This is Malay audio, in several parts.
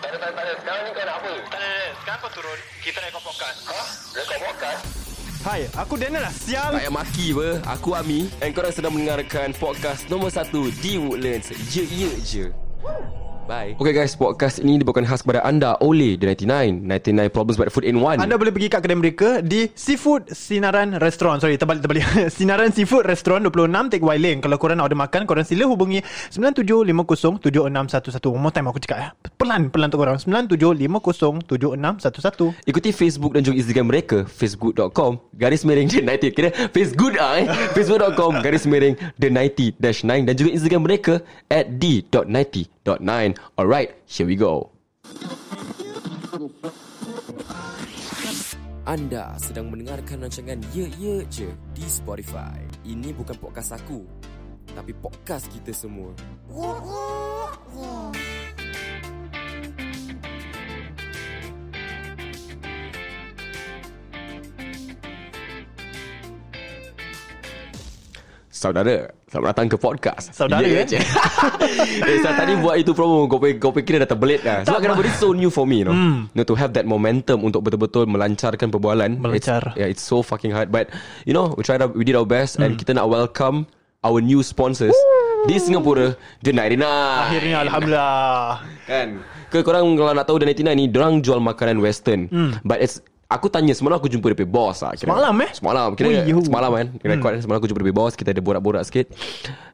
tak, tak, Sekarang ni kau nak apa? Tak ada, Eh, sekarang kau turun. Kita nak ikut podcast. Ha? Rekod podcast? Hai, aku Daniel lah siang. Tak payah maki apa Aku Ami And korang sedang mendengarkan Podcast nombor 1 Di Woodlands Ye ye je Bye Okay guys Podcast ini dibawakan khas kepada anda Oleh The 99 99 Problems Bad Food in One Anda boleh pergi kat kedai mereka di Seafood Sinaran Restaurant. Sorry, terbalik-terbalik. Sinaran Seafood Restaurant 26 Tekwai Lane. Kalau korang nak order makan, korang sila hubungi 97507611. One more time aku cakap ya. Pelan-pelan untuk korang. 97507611. Ikuti Facebook dan juga Instagram mereka Facebook.com Garis miring The 90 Kira Facebook lah eh Facebook.com Garis miring The 90-9 Dan juga Instagram mereka At D.90.9 Alright Here we go Anda sedang mendengarkan rancangan Ye Ye Je di Spotify. Ini bukan podcast aku, tapi podcast kita semua. Saudara, selamat datang ke podcast. Saudara, eh? Je. eh, saya tadi buat itu promo Kau fikir, kau fikir dah terbelit lah Sebab kenapa This is so new for me you know? Mm. you know To have that momentum Untuk betul-betul melancarkan perbualan Melancar. it's, Yeah it's so fucking hard But you know We tried our, We did our best And kita nak welcome Our new sponsors Di Singapura The 99 Akhirnya Alhamdulillah. Kan Ke korang kalau nak tahu The 99 ni Diorang jual makanan western mm. But it's Aku tanya semalam aku jumpa dia punya boss lah kira. Hmm. Semalam, eh? Semalam kira Wih, yuhu. semalam kan hmm. record semalam aku jumpa dia punya boss kita ada borak-borak sikit.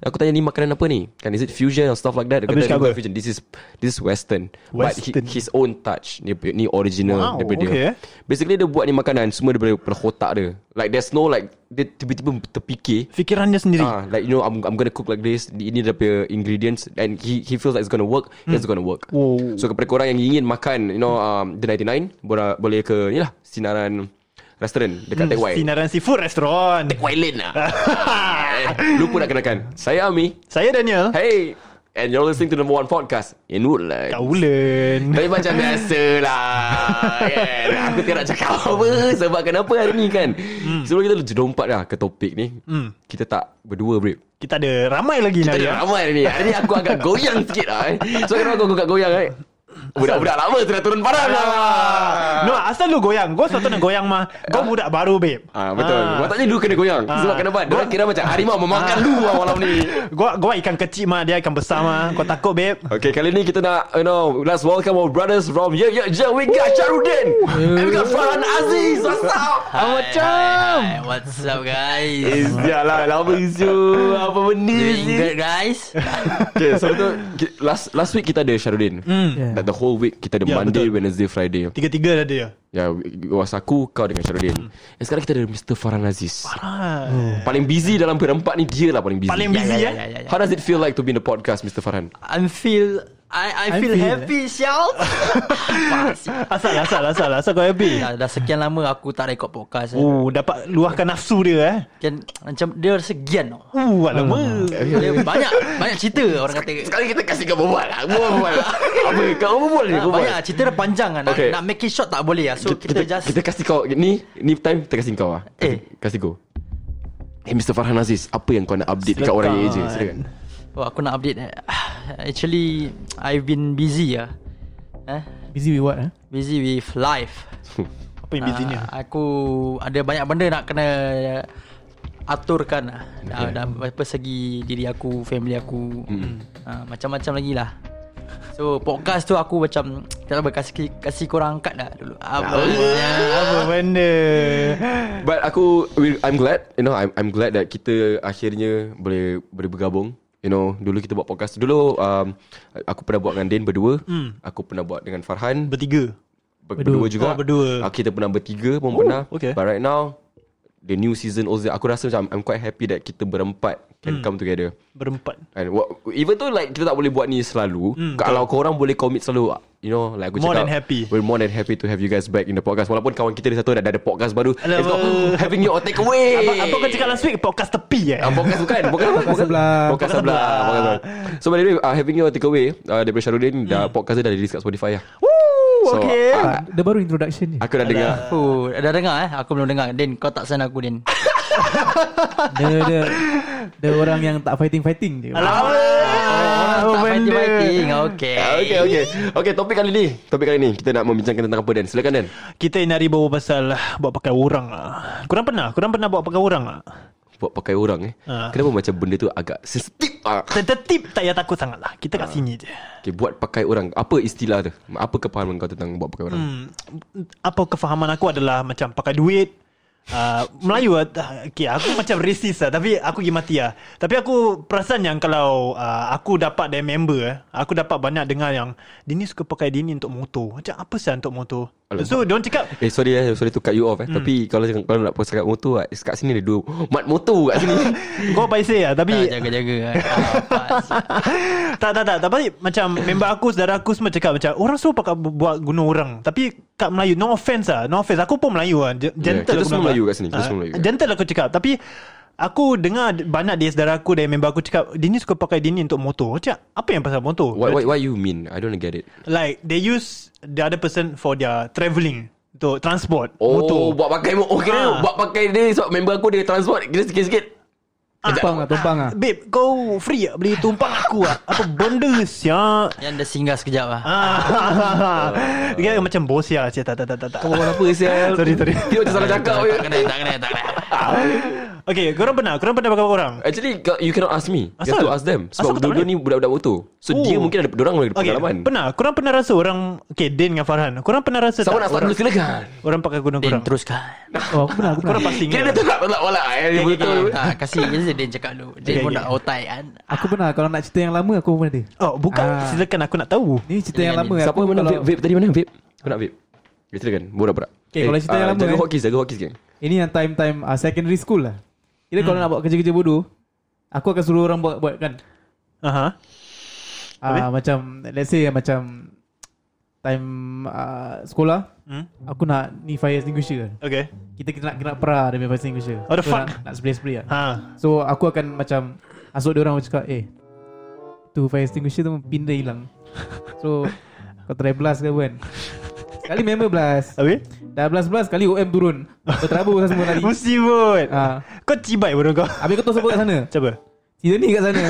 Aku tanya ni makanan apa ni? Kan is it fusion or stuff like that? Dia Habis kata kata, apa? "Bukan fusion. This is this is western, Western. but he, his own touch. Ni, ni original Wow, okay, daripada eh. dia. Basically dia buat ni makanan semua daripada, daripada otak dia. Like there's no like dia tiba-tiba terfikir Fikiran dia sendiri. Ah, like you know, I'm I'm gonna cook like this. Ini dia punya ingredients, and he he feels like it's gonna work. Hmm. It's gonna work. Wow. So kepada korang yang ingin makan, you know, um, the 99 boleh boleh ke ni lah sinaran restoran dekat hmm, Tekwai. Sinaran Seafood Restaurant. Tekwai Lane lah. eh, lupa nak kenakan. Saya Ami. Saya Daniel. Hey, and you're listening to number one podcast in Woodland. Kaulen. Tapi macam biasa lah kan? Aku tidak nak cakap apa Sebab kenapa hari ni kan hmm. Sebelum kita lompat lah ke topik ni hmm. Kita tak berdua babe Kita ada ramai lagi kita Nadia. ada ramai hari ni Hari ni aku agak goyang sikit lah eh. So kenapa aku agak goyang eh Budak-budak lama sudah turun padang lah No, asal lu goyang. Kau satu nak goyang mah. Kau budak baru, babe. Ah betul. Ah. Maksudnya lu kena goyang. Ah. Sebab kenapa? Dia kira macam harimau memakan lu lah malam ni. Gua gua ikan kecil mah, dia ikan besar mah. Kau takut, babe. Okay, kali ni kita nak, you know, let's welcome our brothers from Ye Ye Je. We got Charudin. And we got Farhan Aziz. What's up? Apa macam? Hi, what's up guys? Izjak lah, lama isu. Apa benda ni? Good guys. Okay, so betul. ki- Last last week kita ada Charudin. Yeah. That the whole week kita ada Ya, Monday, betul. Wednesday, Friday. Tiga-tiga dah dia. Ya, was aku kau dengan Syarudin. Hmm. Dan sekarang kita ada Mr. Farhan Aziz. Ah. Hmm. Paling busy dalam perempat ni dia lah paling busy. Paling Ya, busy ya, eh. ya, ya, ya. How does it feel like to be in the podcast, Mr. Farhan? I feel I I feel, feel, happy, shout. Asal asal asal asal kau happy. dah, dah sekian lama aku tak rekod podcast. Oh, Oh. dapat luahkan nafsu dia eh. Kan macam dia segian tau. Hmm. Uh, lama. Dia banyak banyak cerita orang kata. Sekali kita kasih kau berbual lah. Berbual lah. Apa? Kau berbual ni? Ah, Berbual. Banyak cerita dah panjang kan. Nak, Okay. nak make it short tak boleh lah. So kita, just kita kasih kau ni ni time kita kasih kau ah. Eh. kasih go. Eh Mr. Farhan Aziz, apa yang kau nak update dekat orang ye je? Silakan. Silakan. oh, aku nak update. eh. Actually I've been busy ah. Eh? Busy with what eh? Busy with life. Apa yang busy ni? Ah, Aku ada banyak benda nak kena aturkan lah. okay. dalam persegi diri aku, family aku. Hmm. Ah, macam-macam lagi lah. So podcast tu aku macam tak apa kasih kasih korang angkat dah dulu. Ah, Ya Apa? Apa benda? But aku we- I'm glad You know I'm, I'm glad that kita Akhirnya Boleh boleh bergabung You know Dulu kita buat podcast Dulu um, Aku pernah buat dengan Din berdua Hmm. mm. Aku pernah buat dengan Farhan ber- Bertiga. Berdua juga Oh, berdua. Oh, Ah, Kita pernah bertiga pun pernah okay. But right now The new season also Aku rasa macam I'm quite happy that Kita berempat Hmm. Can come together Berempat. And what, even though like kita tak boleh buat ni selalu, mm, kalau korang boleh commit selalu, you know, like aku Hmm, More cakap, than happy. We're more than happy to have you guys back in the podcast. Walaupun kawan kita ada satu dah, dah ada podcast baru, it's not having your take away. Apa, apa kau cakap last week? Podcast tepi eh. Ah, podcast bukan Podcast apa? Podcast sebelah. Podcast sebelah Podcast sebelah So by the way uh, Having your takeaway uh, Daripada Syarudin dah, Podcast dia dah release kat Spotify lah Hmm. Woo, So, Oh, okay. ah, Dia baru introduction ni. Aku dah dengar Oh, dah dengar eh? Aku belum dengar. Din, kau tak send aku Din. Dia dia dia orang yang tak fighting fighting ah. je. Alamak Oh, Apa tak Ah, benda Ah, fighting-fighting. Okay. Okay, okay. Okay, topik kali ni. Topik kali ni. Kita nak membincangkan tentang apa, Dan? Silakan, Dan. Kita ni hari bawa pasal Buat pakai orang lah Korang pernah? Korang pernah buat pakai orang lah? Buat pakai orang eh. Ah. Kenapa macam benda tu agak sensitif? Ah. Tertib tak payah takut sangat lah Kita kat sini je Okay, buat pakai orang. Apa istilah tu? Apa kepahaman kau tentang buat pakai orang? Hmm. Hmm, Apa kefahaman aku adalah Macam pakai duit Uh, Melayu lah okay, Aku macam racist lah Tapi aku pergi mati lah Tapi aku perasan yang Kalau uh, aku dapat dari member eh, Aku dapat banyak dengar yang Dini suka pakai Dini untuk motor Macam apa sah untuk motor Alamak. So diorang cakap Eh, sorry eh. Sorry to cut you off eh. Hmm. Tapi kalau kalau nak pasal kat motor, eh, kat sini ada dua mat motor kat sini. Kau paiseh lah Tapi Tak, jaga-jaga. kan. tak tak tak tapi macam member aku saudara aku semua cakap macam orang suruh pakai bu- buat guna orang tapi kat Melayu no offense lah no offense aku pun Melayu lah Gen- gentle Yeah, Ya, kita aku semua nampak. Melayu kat sini, kita Ah, semua Melayu. gentle aku cakap tapi aku dengar d- banyak dari saudara aku dari member aku cakap Dini suka pakai Dini untuk motor macam apa yang pasal motor what, what, what you mean? I don't get it. like they use the other person for their travelling untuk transport Oh, motor buat pakai motor. Oh, kira Ah. buat pakai dia sebab member aku dia transport. Kira sikit-sikit. Tumpang ah, tumpang ah. Babe kau free tak beli tumpang aku lah Apa benda siap Yang dah singgah sekejap lah. Ah, Dia macam bos ya Tak tak tak tak tak Kau buat apa sial? Sorry, sorry. Kira macam salah cakap. Tak weh. kena, tak kena, tak kena. Okay, korang pernah? Korang pernah pakai orang? Actually kau- you cannot ask me You Asal? have to ask them Asal Sebab kau tak dua-dua boleh? ni budak-budak motor So Oh. dia mungkin ada Diorang ada Okay, pengalaman pernah? Korang pernah rasa orang... Okay, Din dengan Farhan. Korang pernah rasa tak Siapa nak start orang, dulu silakan orang pakai guna Dan korang? teruskan. Oh, aku pernah, aku pernah. Korang passing Kira dia ke? tak nak Tak boleh eh, Betul Tak, Ah, tak, kasih je Dan cakap dulu. Dan Okay, pun okay. nak otak kan. Aku pernah kalau nak cerita yang lama aku pernah ada. Oh, bukan. Ah. Silakan aku nak tahu. Ni cerita yang Jangan lama Siapa aku mana kalau- vape, vape tadi mana vape Kau nak vape Okay silakan Borak-borak Okay, kalau cerita yang lama, ah, Jaga eh. hotkeys Jaga hotkeys geng Ini yang time-time uh, secondary school lah. Kira kalau nak buat kerja-kerja bodoh, aku akan suruh orang buat buat kan. Aha. Uh, macam let's say macam time uh, sekolah, Hmm? aku nak ni fire extinguisher. kan? Okay. Kita kena nak kena pra demi fire extinguisher. Oh, the so, fuck. Nak, nak spray-spray lah. Ha. So aku akan macam Masuk dia orang macam cakap Eh Tu fire extinguisher tu Pin dia hilang So Kau try blast ke apa kan Sekali member blast Habis? Dah blast-blast Sekali OM turun Berterabur lah semua lari Musibut. ha. Ah. Kau cibai bodoh kau. Habis kau tahu siapa kat sana Cuba. Si ni kat sana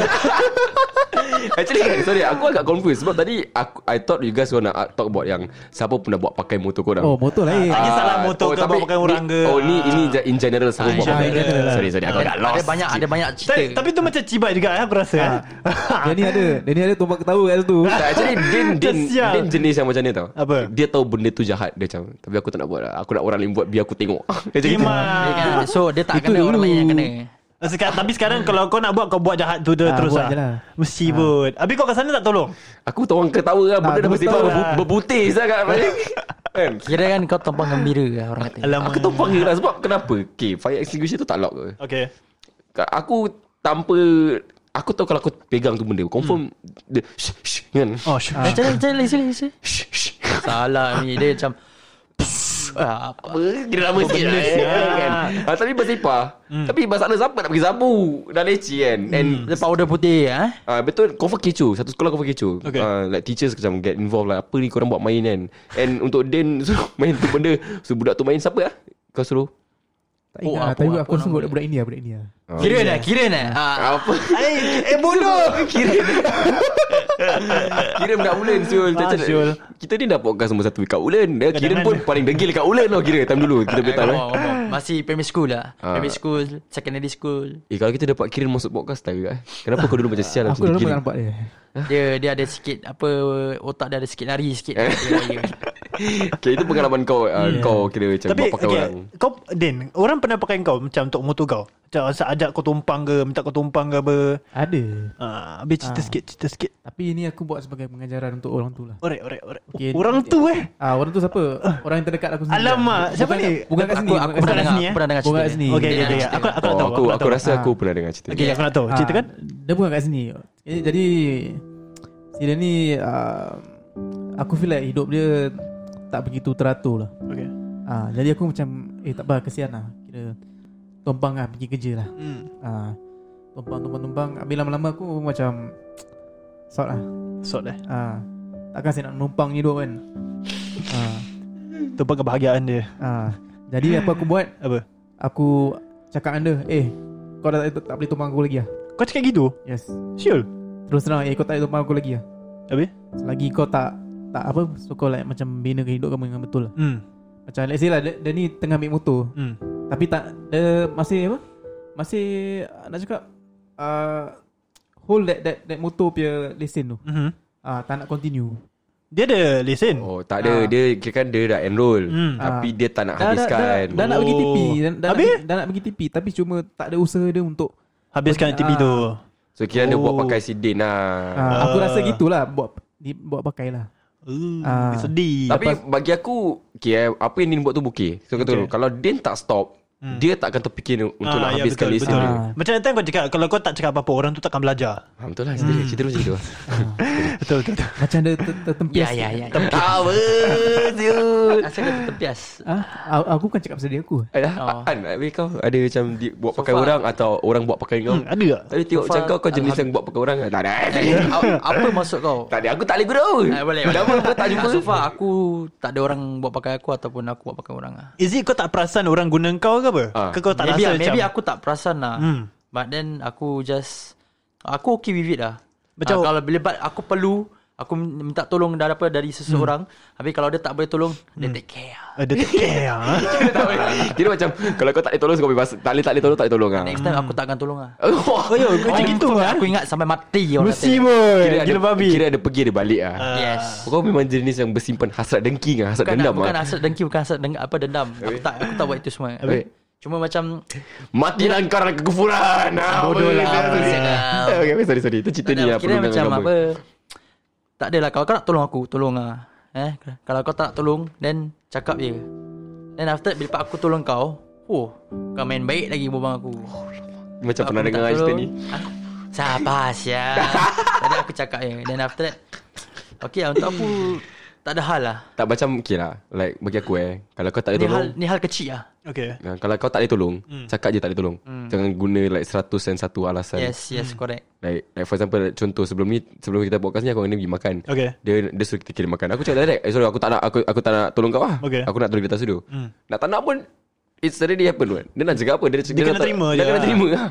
Actually kan Sorry aku agak confused Sebab tadi aku, I thought you guys Wanna uh, talk about yang Siapa pernah buat pakai motor korang Oh motor lain Tak kisahlah Ah, motor ke, tapi bawa pakai orang ni- ke. Oh ni Ah. ini je- in general Siapa buat in pakai general lah. Sorry sorry Aku agak lost Ada banyak, ada banyak cerita. Tapi, tapi tu macam cibai juga eh, aku rasa. Ah. ah. eh. Dia ni ada Dia ni ada tumpah ketawa kat situ Tak, actually Din, Din, Kesian. Din jenis yang macam ni tau Apa? Dia tahu benda tu jahat Dia macam Tapi aku tak nak buat lah Aku nak orang lain buat Biar aku tengok Dia macam gitu Dia Cibai. kan- So dia tak Ah. Itu kena orang dulu. lain yang kena. Sekarang, tapi sekarang kalau kau nak buat kau buat jahat tu dia Ah, terus lah. buat je lah. Musibut. Habis kau kat sana tak tolong? Aku tahu orang ketawa lah Benda Tak, dah aku bersifat tahu berbu- lah. Berbutis lah kat Kan Kira kan kau tampang gembira lah orang kata. Alamak. Aku tampang je lah Sebab kenapa Okay fire extinguisher tu tak lock ke Okay. Ka- Aku tanpa Aku tahu kalau aku pegang tu benda Confirm Dia shh, shh, kan Hmm. Oh, sure. Macam mana, macam mana, macam mana, macam mana? Shh, shh. Salah ni, dia macam... Ah, apa? Apa Dia Oh, lama sikit lah eh, sial. kan? Ah, Tapi bersifat Hmm. Tapi masalah siapa nak pergi sabu Dah leci kan And Dia powder putih eh. Ah uh, betul kau kecoh satu sekolah kau kecoh. Okay. Okay. Uh, like teachers macam get involved lah apa ni korang buat main kan. And untuk Dan suruh main tu benda suruh budak tu main siapa lah? Kau suruh. Tak Oh, ingat lah apa, Tapi apa aku nama rasa dia? budak-budak India Budak lah. India Kira dah, kira dah. Oh, Ah, Apa? Eh, eh bodoh. Kira Kira budak Ulen Syul Ah, Syul. Kita ni dah podcast nombor satu Kat Ulen Dia kira Jangan. pun paling degil kat Ulen tau Kira time dulu Kita Ah, punya time come eh. on, come on. Masih primary school lah. Ah. Primary school, secondary school. Eh kalau kita dapat Kirin masuk podcast tak juga eh Kenapa kau dulu macam sial Aku dah lama tak nampak dia Dia dia ada sikit apa otak dia ada sikit lari sikit. Dia- dia- Okay itu pengalaman kau uh, Kau kira macam Tapi buat pakai okay, orang Kau Din Orang pernah pakai kau Macam untuk motor kau Macam asal ajak kau tumpang ke Minta kau tumpang ke apa Ada uh, Habis cerita sikit Cerita sikit Tapi ini aku buat sebagai pengajaran Untuk orang tu lah Alright alright, alright. Okay. Orang tu eh Ah orang tu siapa? Orang yang terdekat aku sendiri. Alamak, siapa bukan, ni? Bukan kat sini. Aku aku bukan kat pernah kat dengar, sini, aku eh? pernah dengar Bukan cerita. kat sini. dia. Okay okay, Dia okay, nak Aku, cerita. aku nak Oh, tahu aku, nak aku tahu. Ah. rasa aku pernah dengar cerita Okay ni. aku nak tahu kan? Ah, Ceritakan Dia bukan kat sini. Eh, Jadi si dia ni ah, aku feel like hidup dia tak begitu teratur lah. Okay Ah jadi aku macam eh tak apa kesian lah. Kira tumpang lah pergi kerja lah. hmm. Ah tumpang tumpang tumpang habis lama-lama aku macam sort lah. Sort eh Ah takkan saya nak menumpang ni hidup kan. Ah Tumpang kebahagiaan dia ah jadi apa aku buat Apa Aku Macam Cakap anda Eh Kau dah tak, tak boleh tumpang aku lagi lah Kau cakap gitu? Yes Sure Terus terang Eh kau tak boleh tumpang aku lagi lah Habis? Selagi kau tak Tak apa So kau like macam Bina kehidup kamu dengan betul lah Hmm Macam let's say lah Dia, dia ni tengah ambil motor Hmm Tapi tak Dia masih apa Masih ah, Nak cakap uh, Hold that, that that motor punya lesen tu Mhm. Ah, Tak nak continue Dia ada lesen Oh tak ada Dia kira kan dia dah enroll Hmm. Tapi dia tak nak dah, dah, dah, habiskan dah nak pergi Oh. TP dah, dah, nak, Habis? dah nak pergi TP Tapi cuma tak ada usaha dia untuk Habiskan Ah. TV tu So kira dia buat Oh. pakai sidin lah ah, Aku rasa gitulah Buat di, buat pakai lah uh, Ah. Sedih Tapi bagi aku okay, eh, Apa yang Din buat tu bukit So kata dulu Kalau Din tak stop Dia tak akan terfikir Untuk Ah, nak ya, lah, habiskan betul, lesen betul. dia Ah. Macam that time kau cakap Kalau kau tak cakap apa-apa Orang tu takkan belajar Ah, Betul lah Cerita cerita dia macam tu Betul betul, betul. Macam dia ter, tertempis Ya ya ya Tak apa Siut Asal kata terpias Ah, a- Aku kan cakap pasal dia aku Alah, An, habis kau ada macam dia buat pakai orang atau orang buat pakai kau? Ada tak? Tadi tengok So macam far, kau, kau jenis yang buat pakai orang ke? Tak ada. A- Apa maksud kau? Tak ada, aku tak boleh guna. Eh, boleh, boleh. Lama pun tak jumpa. So far aku tak ada orang buat pakai aku ataupun aku buat pakai orang lah. Is it kau tak perasan Orang guna kau ke apa? Ah. Ke kau tak maybe, rasa ah, maybe macam aku tak perasan lah. Hmm. But then aku just aku okay with it lah. Macam- Macam kalau bila but aku perlu aku minta tolong daripada dari seseorang. Hmm. Habis kalau dia tak boleh tolong, dia take care. lah. Ada tak care ah. Kira macam, kalau kau tak boleh tolong, kau bebas. Tak boleh, tak boleh tolong, tak boleh tolong. ah. Next time aku tak akan tolong lah. Wah, Oh yo kau macam gitu ah. Aku ingat sampai mati orang Mesti kata. boy kira ada- Gila babi Kira ada pergi, ada balik ah. Yes. Kau memang jenis yang bersimpan hasrat dengki dengan hasrat Bukan, lah, dendam bukan ah. hasrat dengki, bukan hasrat dengki, apa dendam. Aku tak aku tak buat itu semua. Habis? Cuma macam Matilah lah engkau dalam kekufuran. Ah, apa? Bodoh lah, Sorry. sial lah. Okay, okay, sorry, sorry. Itu cerita Tak ni ada, lah. Kira perundang macam agama. apa Tak adalah Kalau kau nak tolong aku Tolong lah eh? Kalau kau tak nak tolong Then cakap je Then after Bila part aku tolong kau Oh Kau main baik lagi Bobang aku Macam Aku pernah minta dengar cerita tolong. Ah, ni. Aku- Sabar ya Tadi aku cakap je Then after that Okay lah Untuk aku Tak ada hal lah Tak macam okay lah Like bagi aku eh Kalau kau tak boleh Ni hal, Hmm. tolong ni hal kecil lah Okay nah, Kalau kau tak boleh tolong Cakap je tak boleh tolong Jangan guna like seratus dan satu alasan Yes yes Hmm. correct Like, like for example like, Contoh sebelum ni Sebelum kita podcast ni Aku dengan dia pergi makan Okay. Dia, dia suruh kita kirim makan Aku cakap direct eh, Sorry aku tak nak Aku, aku tak nak tolong kau lah Okay. Hmm. Aku nak tolong kita sudu Nak tak nak pun It's already happen pun Dia nak cakap apa Dia, dia, kena nak tak- terima Dia je kena lah. terima lah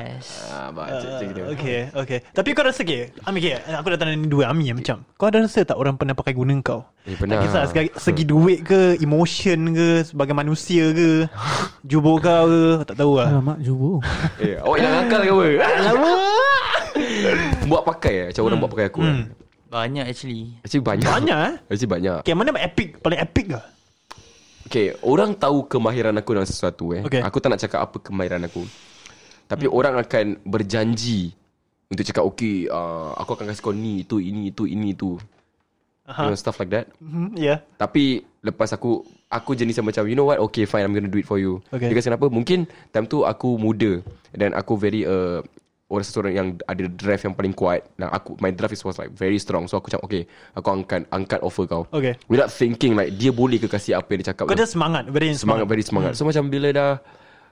Yes Ah, bah, cik, cik, kita. Okay okay Tapi kau rasa ke Ami okay, Aku dah tanya ni dua Ami eh, macam Kau ada rasa tak orang pernah pakai guna kau? Eh, pernah. Tak kisah segi, segi duit ke Emotion ke Sebagai manusia ke Jubur kau ke Tak tahu lah Alamak jubo Eh, awak hilang akal ke apa Lama Buat pakai eh Macam orang buat pakai aku eh. Banyak actually Actually banyak Hmm. Banyak eh Actually banyak Okay mana epic Paling epic ke Okay, orang tahu kemahiran aku dalam sesuatu eh. Okay. Aku tak nak cakap apa kemahiran aku. Tapi hmm. orang akan berjanji untuk cakap okay, uh, aku akan kasih kau ni, tu, ini, tu, ini, tu. You know, stuff like that. Hmm, yeah. Tapi lepas aku aku jenis yang macam you know what okay fine I'm gonna do it for you. Okay. Because kenapa? Mungkin time tu aku muda dan aku very uh, orang seseorang yang ada drive yang paling kuat. Dan aku my drive is was like very strong. So aku macam okay, aku angkat angkat offer kau. Okay. Without thinking like dia boleh ke kasih apa yang dia cakap. Kau tu? ada semangat Very semangat, semangat very semangat. So macam bila dah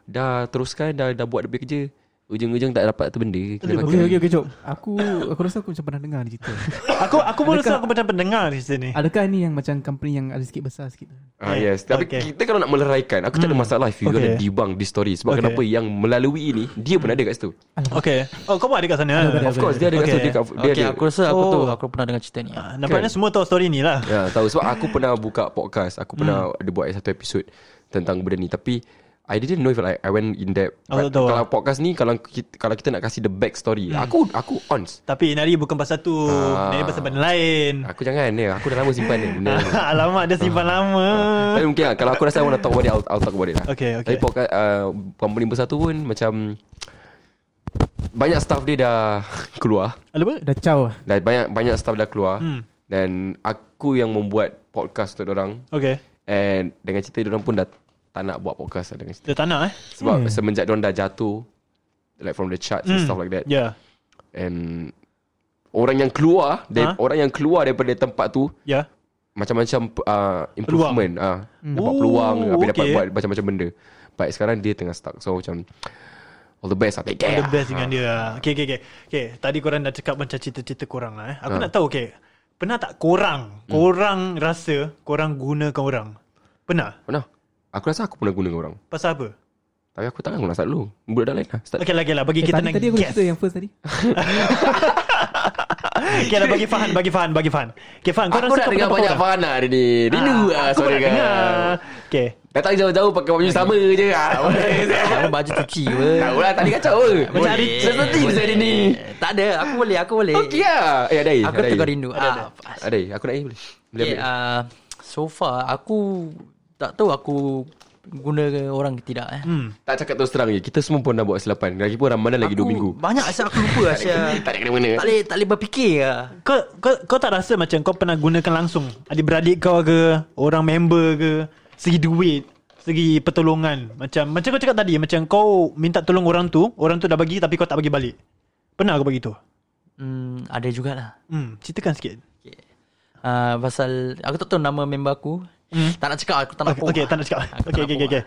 dah teruskan dah dah buat dia punya kerja, ujung-ujung tak dapat tu benda. Kena pakai. Okay okay okay jom Aku Aku rasa aku macam pernah dengar ni cerita Aku aku pun rasa aku macam pendengar di sini Adakah ni yang macam Company yang ada sikit besar sikit Ah yes, tapi Okay. Hmm. kita kalau nak meleraikan, aku tak ada masalah if you Okay. okay. debunk this story sebab Okay. kenapa yang melalui ini dia pun ada kat situ. Okay Oh kau pun ada kat sana Of course dia ada kat Okay. situ dia, kat- dia Okay ada. aku rasa aku Oh. tahu Aku pernah dengar cerita ni Ah, Nampaknya semua tahu story ni lah Ya, tahu sebab aku pernah buka podcast, Hmm. aku pernah ada buat satu episod tentang benda ni tapi I didn't know if like I went in Aku depth. Oh, But tak tahu Hmm. kalau podcast ni kalau kita, kalau kita nak kasih the back story, aku aku ons. Tapi Inari bukan pasal tu Ah. Inari pasal benda lain Ah, Aku jangan ni, aku dah lama simpan ni benda ni. Alamak dia simpan Ah. lama Tapi mungkin lah Kalau aku rasa I want to talk about it I'll, I'll talk about it lah Ah. Okay, okay. Tapi podcast uh, Company besar tu pun Macam Banyak staff dia dah Keluar Alamak Dah caw ah. dah, Banyak banyak staff dah keluar Hmm. Dan Aku yang membuat Podcast untuk orang Okay And Dengan cerita orang pun dah Tak nak buat podcast lah dengan cerita Dia tak nak eh Sebab semenjak orang dah jatuh Like from the charts Hmm. And stuff like that Yeah And Orang yang keluar dari, Ha? Orang yang keluar daripada tempat tu Yeah macam-macam uh, improvement ah uh, dapat Oh, peluang tapi dapat okay. buat macam-macam benda. Baik sekarang dia tengah stuck. So macam all the best lah. Take care. The best dengan dia Okay okay okay Okay tadi korang dah cakap Macam cerita-cerita korang lah eh Aku Ha. nak tahu okay Pernah tak korang Hmm. Korang rasa Korang gunakan orang Pernah Pernah? Aku rasa aku pernah guna dengan orang. Pasal apa Tak Tapi aku tak nak start dulu Budak dah lain lah Start Okay lagi lah Bagi Eh, kita nak tadi, tadi aku guess cerita yang first tadi Okay lah bagi Fahan Bagi Fahan Bagi Fahan Okay Fahan kau Aku rasa nak kau dengar pendapat banyak orang? Farhan lah hari ni Rindu lah Aku suara nak kau. dengar Okay Datang jauh-jauh pakai baju sama je ah. Aku baju cuci apa. Tahu lah tadi kacau ke Macam ada Sensitif saya hari ni Tak ada, aku boleh, aku boleh. Okey lah Eh ada air Aku ada tengah air. rindu. Ada, ada. Ah, pas- Ada air Aku nak air boleh Boleh Okay, ambil uh, so far aku tak tahu aku guna ke orang ke tidak eh. Hmm. Tak cakap terus terang je Kita semua pun dah buat selapan Lagipun Ramadan lagi 2 minggu Banyak asal aku lupa asal. Tak ada kena-mena tak boleh tak boleh berfikir lah. kau, kau, kau tak rasa macam Kau pernah gunakan langsung Adik-beradik kau ke Orang member ke Segi duit Segi pertolongan Macam macam kau cakap tadi Macam kau minta tolong orang tu Orang tu dah bagi Tapi kau tak bagi balik Pernah kau bagi tu? Hmm, ada jugalah. Hmm, ceritakan sikit Uh, pasal aku tak tahu nama member aku. Hmm. Tak nak cakap aku tak nak Okay, okay tak nak cakap Aku Okay, tak okay, nak okay, okay.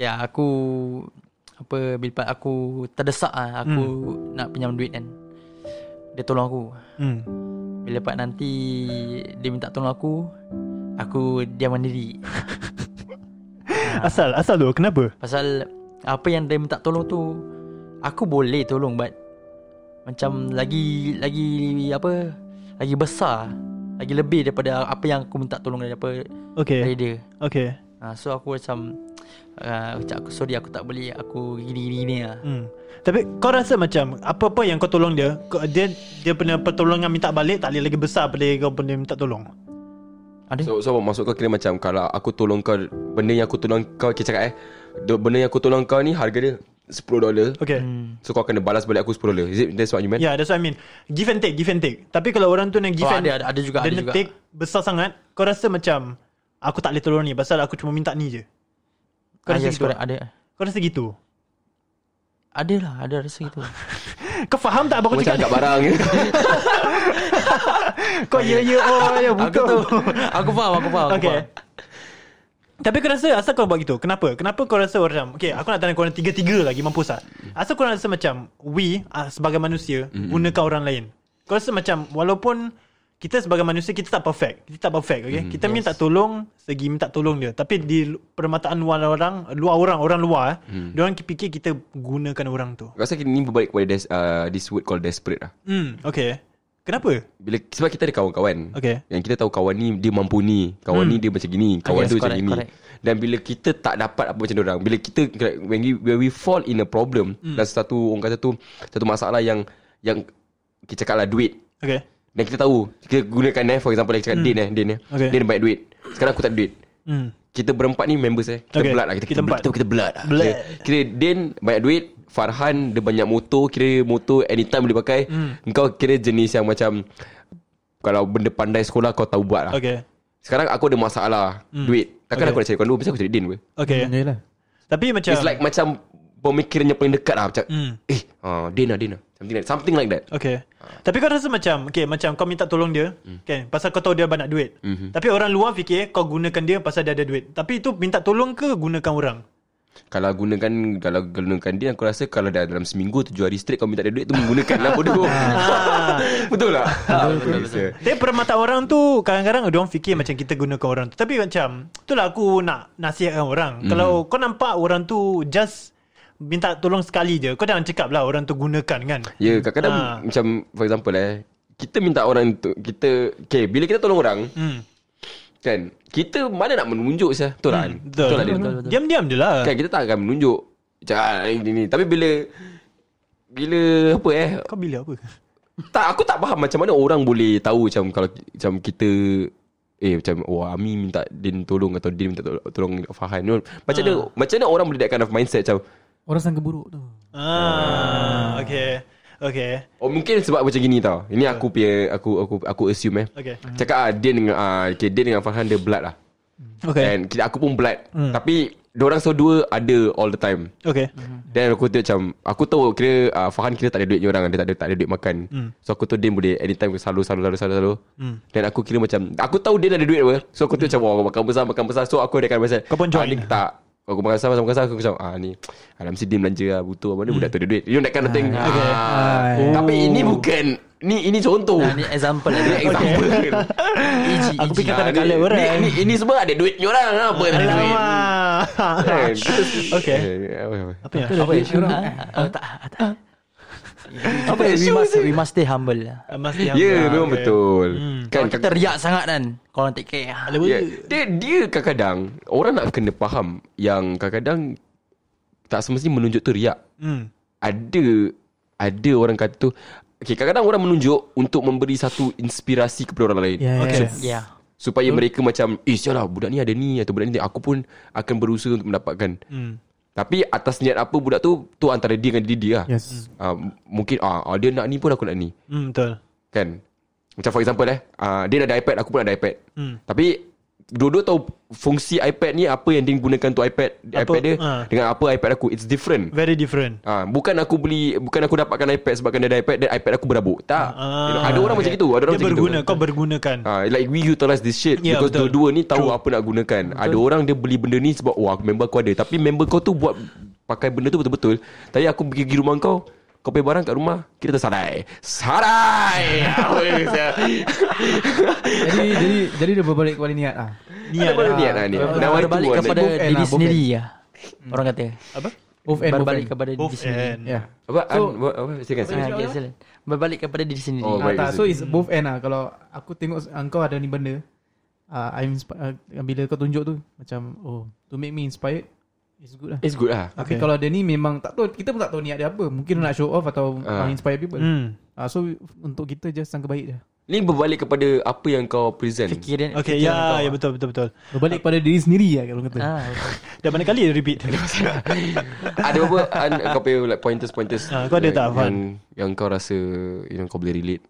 Ya aku apa bila part aku terdesak lah aku nak pinjam duit kan. Dia tolong aku. Hmm. Bila part nanti dia minta tolong aku, aku diam mandiri. Asal, asal tu kenapa? Pasal apa yang dia minta tolong tu aku boleh tolong but macam lagi lagi apa lagi besar lagi lebih daripada apa yang aku minta tolong daripada dari Okay, dia. okay Ha, so aku macam uh, macam aku sorry aku tak boleh aku gini gini, gini lah. Hmm. Tapi kau rasa macam apa-apa yang kau tolong dia, kau- dia dia punya pertolongan minta balik tak boleh lagi besar daripada kau punya minta tolong. Ada? Oh, So, So, so maksud kau kira macam Kalau aku tolong kau Benda yang aku tolong kau Kita cakap eh do- Benda yang aku tolong kau ni Harga dia 10 dolar Okay. Hmm. Ya, So kau kena balas balik aku 10 dolar Is it that's what you meant? Yeah, that's what I mean. Give and take, give and take. Tapi kalau orang tu nak give Oh, and ada- ada- ada juga, dia ada nak juga. take besar sangat, kau rasa macam aku tak boleh tolong ni pasal aku cuma minta ni je. Kau ah, rasa yes, gitu? correct, ada. Kau rasa gitu? Ada lah, ada rasa gitu. Kau faham tak apa Aku aku macam cakap? angkat barang Kau ya ya oh ya aku betul. tahu. Aku faham, aku faham, aku Okay. faham. Tapi kau rasa Asal kau buat gitu Kenapa Kenapa kau rasa macam Okay aku nak tanya korang Tiga-tiga lagi Mampus lah Asal korang rasa macam We ah, Sebagai manusia mm-hmm. Gunakan orang lain Kau rasa macam Walaupun Kita sebagai manusia Kita tak perfect Kita tak perfect okay? Mm, kita yes. minta tolong Segi minta tolong dia Tapi di Permataan luar orang Luar orang Orang luar mm. Diorang fikir kita Gunakan orang tu Aku rasa ni berbalik kepada des, uh, This word called desperate lah Hmm Okay Kenapa bila sebab kita ada kawan-kawan. Okay. Yang kita tahu kawan ni dia mampu ni, kawan hmm. ni dia macam gini, kawan Yes, tu macam correct, gini. correct. Dan bila kita tak dapat apa macam orang, bila kita when we, when we fall in a problem, hmm. dan satu orang kata tu satu masalah yang yang kita cakap lah duit. Okay Dan kita tahu Kita gunakan eh For example Kita cakap Din eh Din eh Hmm. Okay. Din banyak duit Sekarang aku tak ada duit Hmm Kita berempat ni members eh Okay. Kita okay. blood lah Kita, Kita kita, empat. kita, kita blood lah Blood. Kira, kira Din banyak duit Farhan dia banyak motor Kira motor anytime boleh pakai Hmm. mm. Kau kira jenis yang macam Kalau benda pandai sekolah Kau tahu buat lah Okay Hmm. Sekarang aku ada masalah Duit Takkan Okay. aku nak cari kondu Mesti aku cari Din pun Okay Hmm, Yalah Tapi macam It's like macam Pemikiran yang paling dekat lah Macam Hmm. Eh ah, Din lah Din lah Something like, something like that Okay. Tapi kau rasa macam Okay macam kau minta tolong dia mm. Hmm. Kan Pasal kau tahu dia banyak duit Mhm. mm-hmm. Tapi orang luar fikir Kau gunakan dia Pasal dia ada duit Tapi itu minta tolong ke Gunakan orang Kalau gunakan Kalau gunakan dia Aku rasa kalau dah dalam seminggu Tujuh hari straight Kau minta dia duit tu Menggunakan lah bodoh Betul lah Betul betul Tapi permata orang tu Kadang-kadang orang fikir Macam kita gunakan orang tu Tapi macam Itulah aku nak Nasihatkan orang Mhm. mm. Kalau kau nampak orang tu Just Minta tolong sekali je Kau jangan cakap lah Orang tu gunakan kan Ya kadang-kadang Ah. Macam for example eh Kita minta orang tu Kita Okay bila kita tolong orang Hmm. Kan Kita mana nak menunjuk sah Betul lah kan? Betul lah dia Diam-diam je lah Kan kita tak akan menunjuk Macam ah, ni, ni. Tapi bila Bila Apa eh Kau bila apa tak, Aku tak faham macam mana orang boleh tahu Macam kalau Macam kita Eh macam Oh Ami minta Din tolong Atau Din minta tolong, tolong Fahan You know, Macam mana Macam mana orang boleh That kind of mindset Macam Orang sangka buruk tu ah, Okay Okay Oh mungkin sebab macam gini tau Ini aku punya Aku aku aku assume eh Okay Cakap ah, Din dengan ah, okay, Din dengan Farhan Dia blood lah Okay And kita, aku pun blood Tapi Diorang so dua Ada all the time Okay Then Mhm. aku tu macam Aku tahu kira uh, Farhan kira tak ada duit ni orang Dia tak ada, tak ada duit makan Hmm. So aku tahu Din boleh Anytime selalu selalu selalu selalu selalu Then aku kira macam Aku tahu Din ada duit apa So aku tu macam Wah makan besar makan besar So aku adakan macam Hmm. Kau pun ah, join. Din tak Aku makan sama makan sama Aku macam ah ni Alam mesti dia belanja lah Butuh apa ni Hmm. Budak tu ada duit You know that kind of thing ah, okay. Ah. Tapi ini Oh. bukan Ni ini contoh Nah, ni example E lah. Ini example EG, Aku EG. fikir kau nak ni, kala ni, orang. ni, ini semua ada duit ni orang Apa ada duit Alamak. Kan? Okay. Eh, apa, apa. Apa ya? Apa issue? Ah, tak, ah, tak. Apa ya? we must we must stay humble lah. Must Ya memang betul Kan Kalau kita riak sangat kan Korang tak care lah. Yeah. Dia dia kadang-kadang orang nak kena faham yang kadang-kadang tak semestinya menunjuk tu riak. Hmm. Ada ada orang kata tu Okay, kadang-kadang orang menunjuk untuk memberi satu inspirasi kepada orang lain. Yes. Okay. Yeah Supaya mereka macam, eh sial lah budak ni ada ni atau budak ni ada ni." Aku pun akan berusaha untuk mendapatkan. Hmm. Tapi atas niat apa budak tu, tu antara dia dengan diri dia lah. Yes. Ah, m- mungkin ah, ah, dia nak ni pun aku nak ni. Hmm, betul. Kan Macam for example eh uh, Dia ada iPad Aku pun ada iPad Hmm. Tapi Dua-dua tahu Fungsi iPad ni Apa yang dia gunakan untuk iPad Apa- iPad dia ah. Hmm. Dengan apa iPad aku It's different Very different. Ah, bukan aku beli Bukan aku dapatkan iPad Sebabkan dia ada iPad Dan iPad aku berabuk Tak you know, Ada orang macam itu Ada orang Ah, Dia macam berguna, itu kau bergunakan. Ah, like we utilize this shit Ya, yeah, Because betul. dua-dua ni tahu True. apa nak gunakan betul. Ada orang dia beli benda ni Sebab wah member kau ada Tapi member kau tu buat Pakai benda tu betul-betul Tadi aku pergi pergi rumah kau Kau pay barang kat rumah Kita tersadai Sadai Apa saya jadi jadi jadi dia berbalik kepada niat ah. Ada Niat. baru ah. niat lah ni Baru Now I balik do one, kepada like, both end diri lah, both sendiri lah Orang kata Apa? Both end Baru both balik end. kepada diri Both sendiri end. Yeah. Apa so, So- apa, Silakan Ah, silakan okay, silakan. Berbalik kepada diri sendiri Oh, Ah, baik. tak, so Hmm. it's both end lah Kalau aku tengok s- engkau ada ni benda uh, I'm inspi- uh, Bila kau tunjuk tu Macam oh To make me inspired It's good lah It's good lah Okay. Tapi kalau dia ni memang tak tahu Kita pun tak tahu niat dia apa Mungkin nak show off Atau Ah. uh. inspire people Hmm. uh, So untuk kita just sangka baik je Ni berbalik kepada Apa yang kau present Fikiran Okay, fikiran kau ya, lah. ya betul betul betul. Berbalik kepada diri sendiri lah Kalau kata Ah, betul. Dah mana kali dia repeat? Ada apa an, Kau punya like pointers pointers Ah, kau ada tak, Afan? yang, yang kau rasa You know kau boleh relate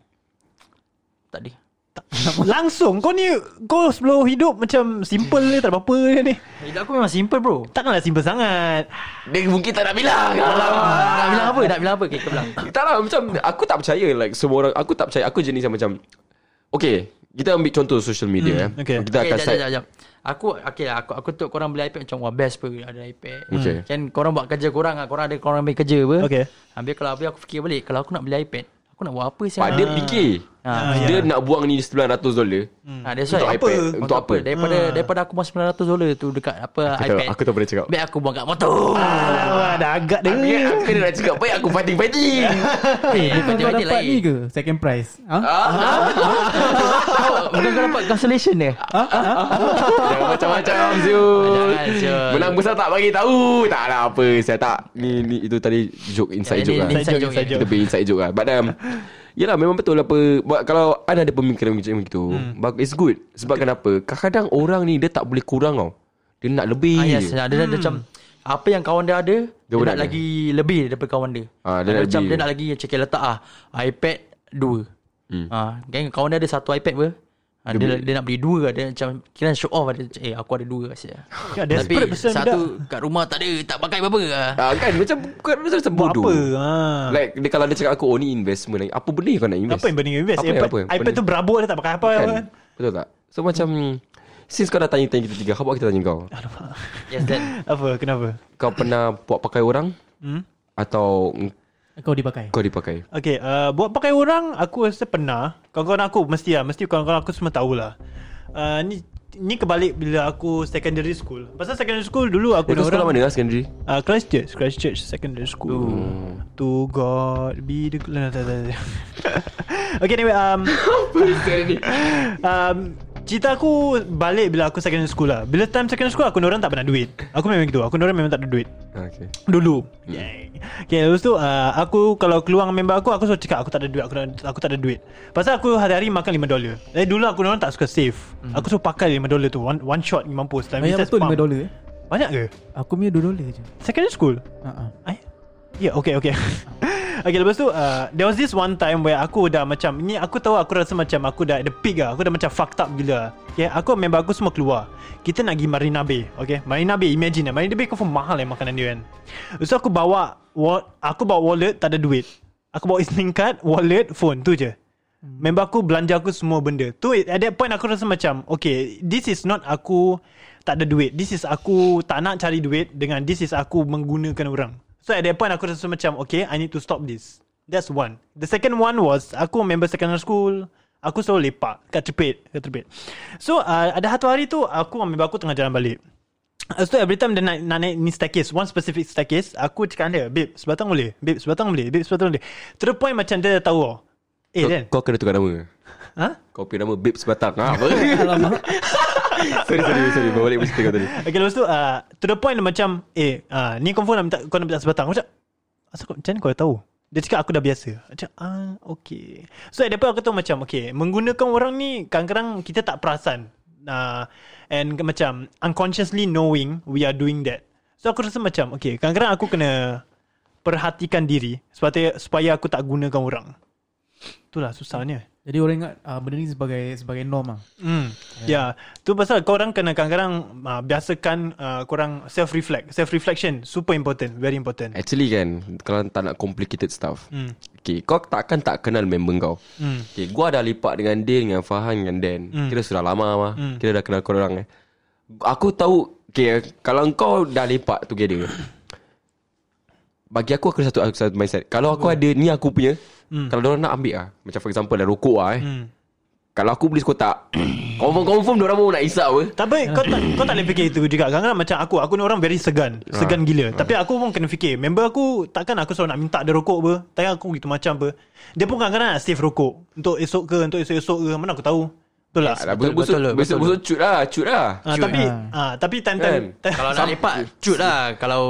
Tak ada Langsung kau ni kau sebelum hidup macam simple ni tak ada apa-apa je ni. Hidup aku memang simple bro Takkanlah simple sangat. Dia mungkin tak nak bilang Alamak Nak bilang apa Nak bilang apa Okay kau bilang Tak lah macam Aku tak percaya Like semua orang Aku tak percaya Aku jenis yang macam Okay Kita ambil contoh social media Hmm, eh. okay. Kita Okay, akan jap, start jap, jap. Aku okay lah, aku aku tu korang beli iPad macam wah best pun ada iPad. Okay. Kan korang buat kerja korang ah, korang ada korang ambil kerja apa. Okay. Ambil kalau habis aku fikir balik kalau aku nak beli iPad, aku nak buat apa sih? Pada fikir Ah, Dia nak buang ni 900 dolar Ha, that's ya. Untuk why. apa? Untuk apa? Daripada daripada aku buang 900 dolar tu dekat apa tak- iPad. aku tak boleh cakap. Biar aku buang kat Ah. motor. Alamak, dah agak dia. Dia aku kena nak cakap Baik aku fighting-fighting Eh, mati Bukan kau mati dapat lain. ni ke Second prize ha? Kau- Bukan kau dapat cancellation dia. Jangan macam-macam Zul Jangan, Zul. Menang besar tak bagi tahu Tak lah apa Saya tak Ni, ni itu tadi joke Inside Ya, joke ni- lah ni Inside Inside joke, joke, inside eh. joke. Lebih inside joke lah But um, Yelah memang betul apa buat, Kalau An ada pemikiran macam itu hmm. It's good Sebab kenapa Kadang-kadang orang ni Dia tak boleh kurang tau Dia nak lebih Ah, je. yes, dia, dia, Hmm. dia macam apa yang kawan dia ada, dia, pun nak ada. lagi lebih daripada kawan dia. Ah, dia nak macam lebih. dia nak lagi cakap letak ah iPad 2. Hmm. Ah, kan kawan dia ada satu iPad apa? Ah, dia, dia, nak beli dua dia macam kira show off ada eh aku ada dua asyik. Ya, Tapi desperate pasal satu budak. kat rumah tak ada, tak pakai apa-apa. Ah. ah, Kan macam Bukan macam, macam Buat bodoh apa? Ha. Like dia, kalau dia cakap aku Oh ni investment lagi Apa benda yang kau nak invest Apa yang pening best? Apa yang- iPad, apa yang- iPad tu berabuk dia tak pakai apa kan? kan? Betul tak? So macam Since kau dah tanya-tanya kita tiga How about kita tanya kau Yes, that. Apa? Kenapa? Kau pernah buat pakai orang Hmm? Atau Kau dipakai kau dipakai Okay, uh, buat pakai orang aku rasa pernah. Kawan-kawan aku mesti lah, mesti kawan-kawan aku semua tahulah. Uh, ni ni kebalik bila aku secondary school. Pasal secondary school dulu Kau aku sekolah mana lah secondary? Uh, Christchurch, Christchurch secondary school. To God be the gl- no, tak, tak, tak. Okay, anyway, um, um, cerita aku balik bila aku secondary school lah. Bila time secondary school aku orang tak pernah duit. Aku memang gitu. Aku orang memang tak ada duit. Ah, okay. Dulu Yay. Okay lepas tu uh, Aku kalau keluar dengan member aku Aku selalu cakap Aku tak ada duit Aku, tak- aku tak ada duit Pasal aku hari-hari makan 5 dolar Eh dulu aku orang tak suka save mm. Aku selalu pakai 5 dolar tu One, one shot ni mampus Time Bayar recess pump. betul 5 dolar eh Banyak ke? Aku punya 2 dolar je Secondary school uh-huh. I, yeah, Eh? Ya, okay, okay. okay, lepas tu, uh, there was this one time where aku dah macam, ni aku tahu aku rasa macam aku dah at the peak lah. Aku dah macam fucked up gila. Okay, aku member aku semua keluar. Kita nak pergi Marina Bay, okay? Marina Bay, imagine lah. Marina Bay confirm mahal eh makanan dia kan. Lepas tu aku bawa, wa- aku bawa wallet, tak ada duit. Aku bawa SIM card, wallet, phone, tu je. Member aku belanja aku semua benda Tu at that point aku rasa macam Okay This is not aku tak ada duit. This is aku tak nak cari duit dengan this is aku menggunakan orang. So at that point aku rasa macam okay I need to stop this. That's one. The second one was aku member secondary school. Aku selalu lepak kat cepit, kat cepit. So uh, ada satu hari tu aku dengan member aku tengah jalan balik. Uh, So every time dia nak, nak naik ni staircase One specific staircase Aku cakap dengan dia Babe sebatang boleh Babe sebatang boleh Babe sebatang boleh To the point macam dia dah tahu tau. Eh Kau, Dan kau kena tukar nama Ha? Kau punya nama Babe Sebatang ha, apa? sorry sorry sorry Balik bercerita kau tadi Okay lepas tu uh, To the point dia macam Eh uh, ni confirm nak minta, kau nak minta sebatang Aku cakap Asal kau macam mana kau dah tahu Dia cakap aku dah biasa Aku cakap ah, okay So at that point aku tahu macam Okay menggunakan orang ni Kadang-kadang kita tak perasan uh, And ke- macam Unconsciously knowing We are doing that So aku rasa macam Okay kadang-kadang aku kena Perhatikan diri Supaya, supaya aku tak gunakan orang Itulah susahnya Jadi orang ingat ah, benda ni sebagai sebagai norm lah. Hmm. Ya. Yeah. Tu pasal korang kena kadang-kadang uh, biasakan uh, korang self reflect. Self reflection super important, very important. Actually kan Kalau tak nak complicated stuff mm. Okay Kau takkan tak kenal member kau mm. Okay Gua dah lipat dengan Din Dengan Fahan Dengan Dan mm. Kira sudah lama mah mm. Kira dah kenal korang eh Aku tahu Okay Kalau kau dah lipat together Bagi aku aku ada satu, satu mindset Kalau aku ada Ni aku punya mm. Kalau orang nak ambil lah Macam for example Dah rokok lah eh mm. Kalau aku beli sekotak Confirm-confirm Diorang mau nak hisap apa Tapi kau tak kau tak boleh fikir itu juga. Kadang-kadang macam aku, aku ni orang very segan. Segan gila. Tapi aku pun kena fikir. Member aku takkan aku selalu nak minta dia rokok apa. Takkan aku gitu macam apa. Dia pun kadang-kadang nak save rokok. Untuk esok ke, untuk esok-esok ke. Mana aku tahu. Betul lah. Alah, Besok besok besok besok cut lah Cut lah Ah, tapi ah, tapi time-time Kan? Kalau nak lepak Cut lah Kalau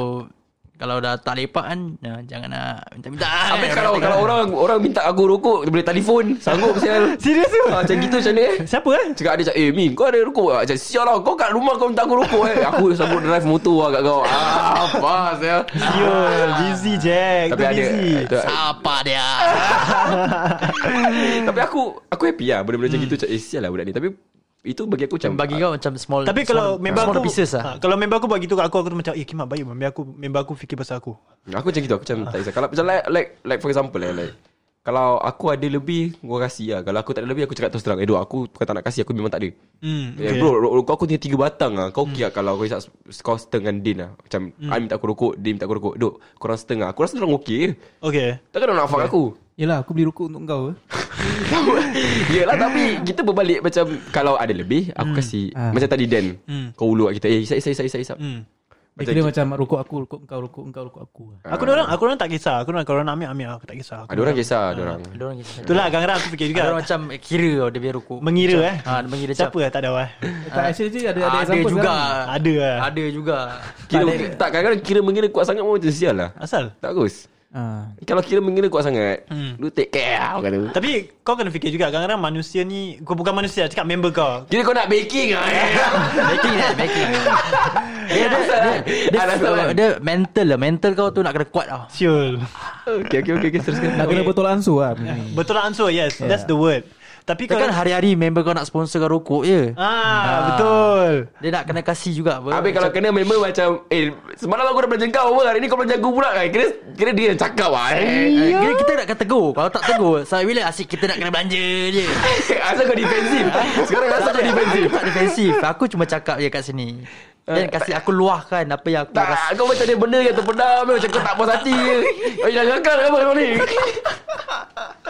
Kalau dah tak lepak kan nah, Jangan nak Minta-minta Eh, kan? Habis kalau kalau orang orang minta aku rokok dia boleh telefon sanggup sial. Serius tu? Ha, macam gitu macam ni eh. Siapa eh? Cakap dia cakap Eh Min kau ada rokok tak? Cakap sial lah Kau kat rumah kau minta aku rokok eh Aku sanggup drive motor lah kat kau ah, Apa sial Yo, busy Ya, Jack. Tapi Tapi eh, ada busy. ada- Apa dia Tapi aku Aku happy lah Benda-benda Hmm. macam gitu Macam eh sial lah budak ni Tapi Itu bagi aku macam Bagi kau macam small Tapi kalau small, member small aku pieces lah ha, Kalau member aku buat gitu kat aku Aku tu macam Eh kimak baik member aku Member aku fikir pasal aku Aku macam gitu Aku macam tak kisah Kalau macam like Like, like for example eh, like, Kalau aku ada lebih Gua kasih lah Kalau aku tak ada lebih Aku cakap terus terang Eh dok aku bukan tak nak kasih Aku memang tak ada Hmm, Eh, okay. Hmm. bro, ro- rokok aku tinggal tiga batang lah. Kau okay lah kalau kau hisap s- kau setengah din lah. Macam, mm. I minta aku rokok, dia minta aku rokok. Dok, korang setengah. Aku rasa orang okey je. Okay Takkan orang nak fuck aku. Yelah aku beli rokok untuk kau eh. Yelah, tapi kita berbalik macam, kalau ada lebih, aku Hmm. kasi. Ah. Macam tadi Dan, kau ulu kat kita. Eh, hisap, hisap, hisap, hisap, hisap. hmm. Dia kira macam rokok aku, rokok kau, rokok kau, rokok aku. ah. Aku uh. orang aku orang tak kisah Aku orang kalau orang nak ambil ambil Aku tak kisah aku Ada orang kisah, ada orang. Ah. Ada orang kisah Itulah kadang-kadang aku fikir juga Ada orang macam eh, Kira tau dia punya rokok Mengira eh ha, dia mengira Siapa lah tak ada eh Tak, actually je Ah, ada, ada, Ada, example juga sekarang. Ada lah Ada juga Kira, tak, kadang-kadang kira mengira kuat sangat pun macam sial lah. Asal Tak bagus. Ah. Kalau kira mengira kuat sangat, Hmm. lu take care lah, orang kata. Tapi kau kena fikir juga Kadang-kadang manusia ni Kau bukan manusia Cakap member kau Kira kau nak baking lah eh. Backing lah Backing Dia ada Dia, Ah, dia, rasa kan? dia mental lah Mental kau tu nak kena kuat lah Siul Okay, okay, okay, okay, teruskan. Nak kena betul langsung lah benda ni. Betul lah answer Yes That's the word Tapi kau Takkan kan hari-hari member kau nak sponsor kau rokok je Ah betul Dia nak kena kasih juga apa Habis kalau kena member macam Eh semalam aku dah belanja kau apa Hari ni kau belanja aku pula Eh, Kira, kira dia yang cakap lah eh. Eh, Kira kita nak kena tegur Kalau tak tegur Sampai bila asyik kita nak kena belanja je Asal kau defensif Sekarang asal kau defensif Aku tak defensif Aku cuma cakap je kat sini Dan kasih aku luahkan Apa yang aku rasa Tak, kau macam ada benda yang terpendam eh. Macam kau tak puas hati je Kau dah ngakak apa kau ni Apa pasal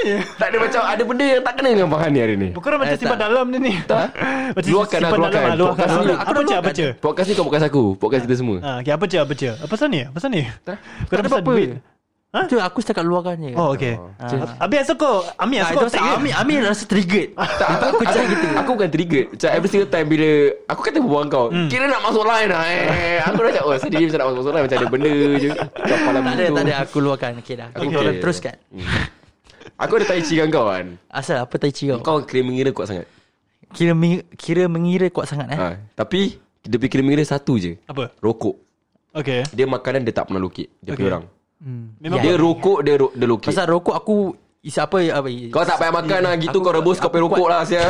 ni Tak ada macam Ada benda yang tak kena dengan Fahan ni hari ni Bukan orang macam Eh, simpan tak. dalam dia ni Macam Luahkan lah, simpan dalam luahkan. lah, Luahkan Podcast ni- luahkan. Apa aku je luahkan. apa je Podcast ni kau podcast aku Podcast kita semua Ah, okay, apa je, apa je? Apa pasal ni? Apa pasal ni? Tak. Kau Tak ada pasal apa-apa. duit? Ha? Tu aku setakat luahkan je Oh, okay. Ah. Habis asal kau, Amir Ah, asal itu kau pasal attack Amir Amir rasa triggered tak, aku, aku, aku, gitu. aku bukan triggered Macam every single time bila Aku kata berbual kau Kira nak masuk line lah eh. Aku dah cakap Oh sedih macam nak masuk line Macam ada benda je Kepala Tak ada buntu. tak ada Aku luahkan Okay dah Aku Okay. okay. teruskan Aku ada tai chi dengan kau kan Asal apa tai chi kau Kau kira mengira kuat sangat Kira, meng- kira mengira kuat sangat eh ha, Tapi Dia punya kira mengira satu je Apa? Rokok Okay. Dia makanan dia tak pernah lokit Dia okay. Okay. punya orang Memang Dia rokok dia, ro- dia lokit Ya. Pasal rokok aku Is apa apa? Kau tak payah makan lah Gitu Aku- kau rebus Kau aku pergi rokok kuat. lah Sia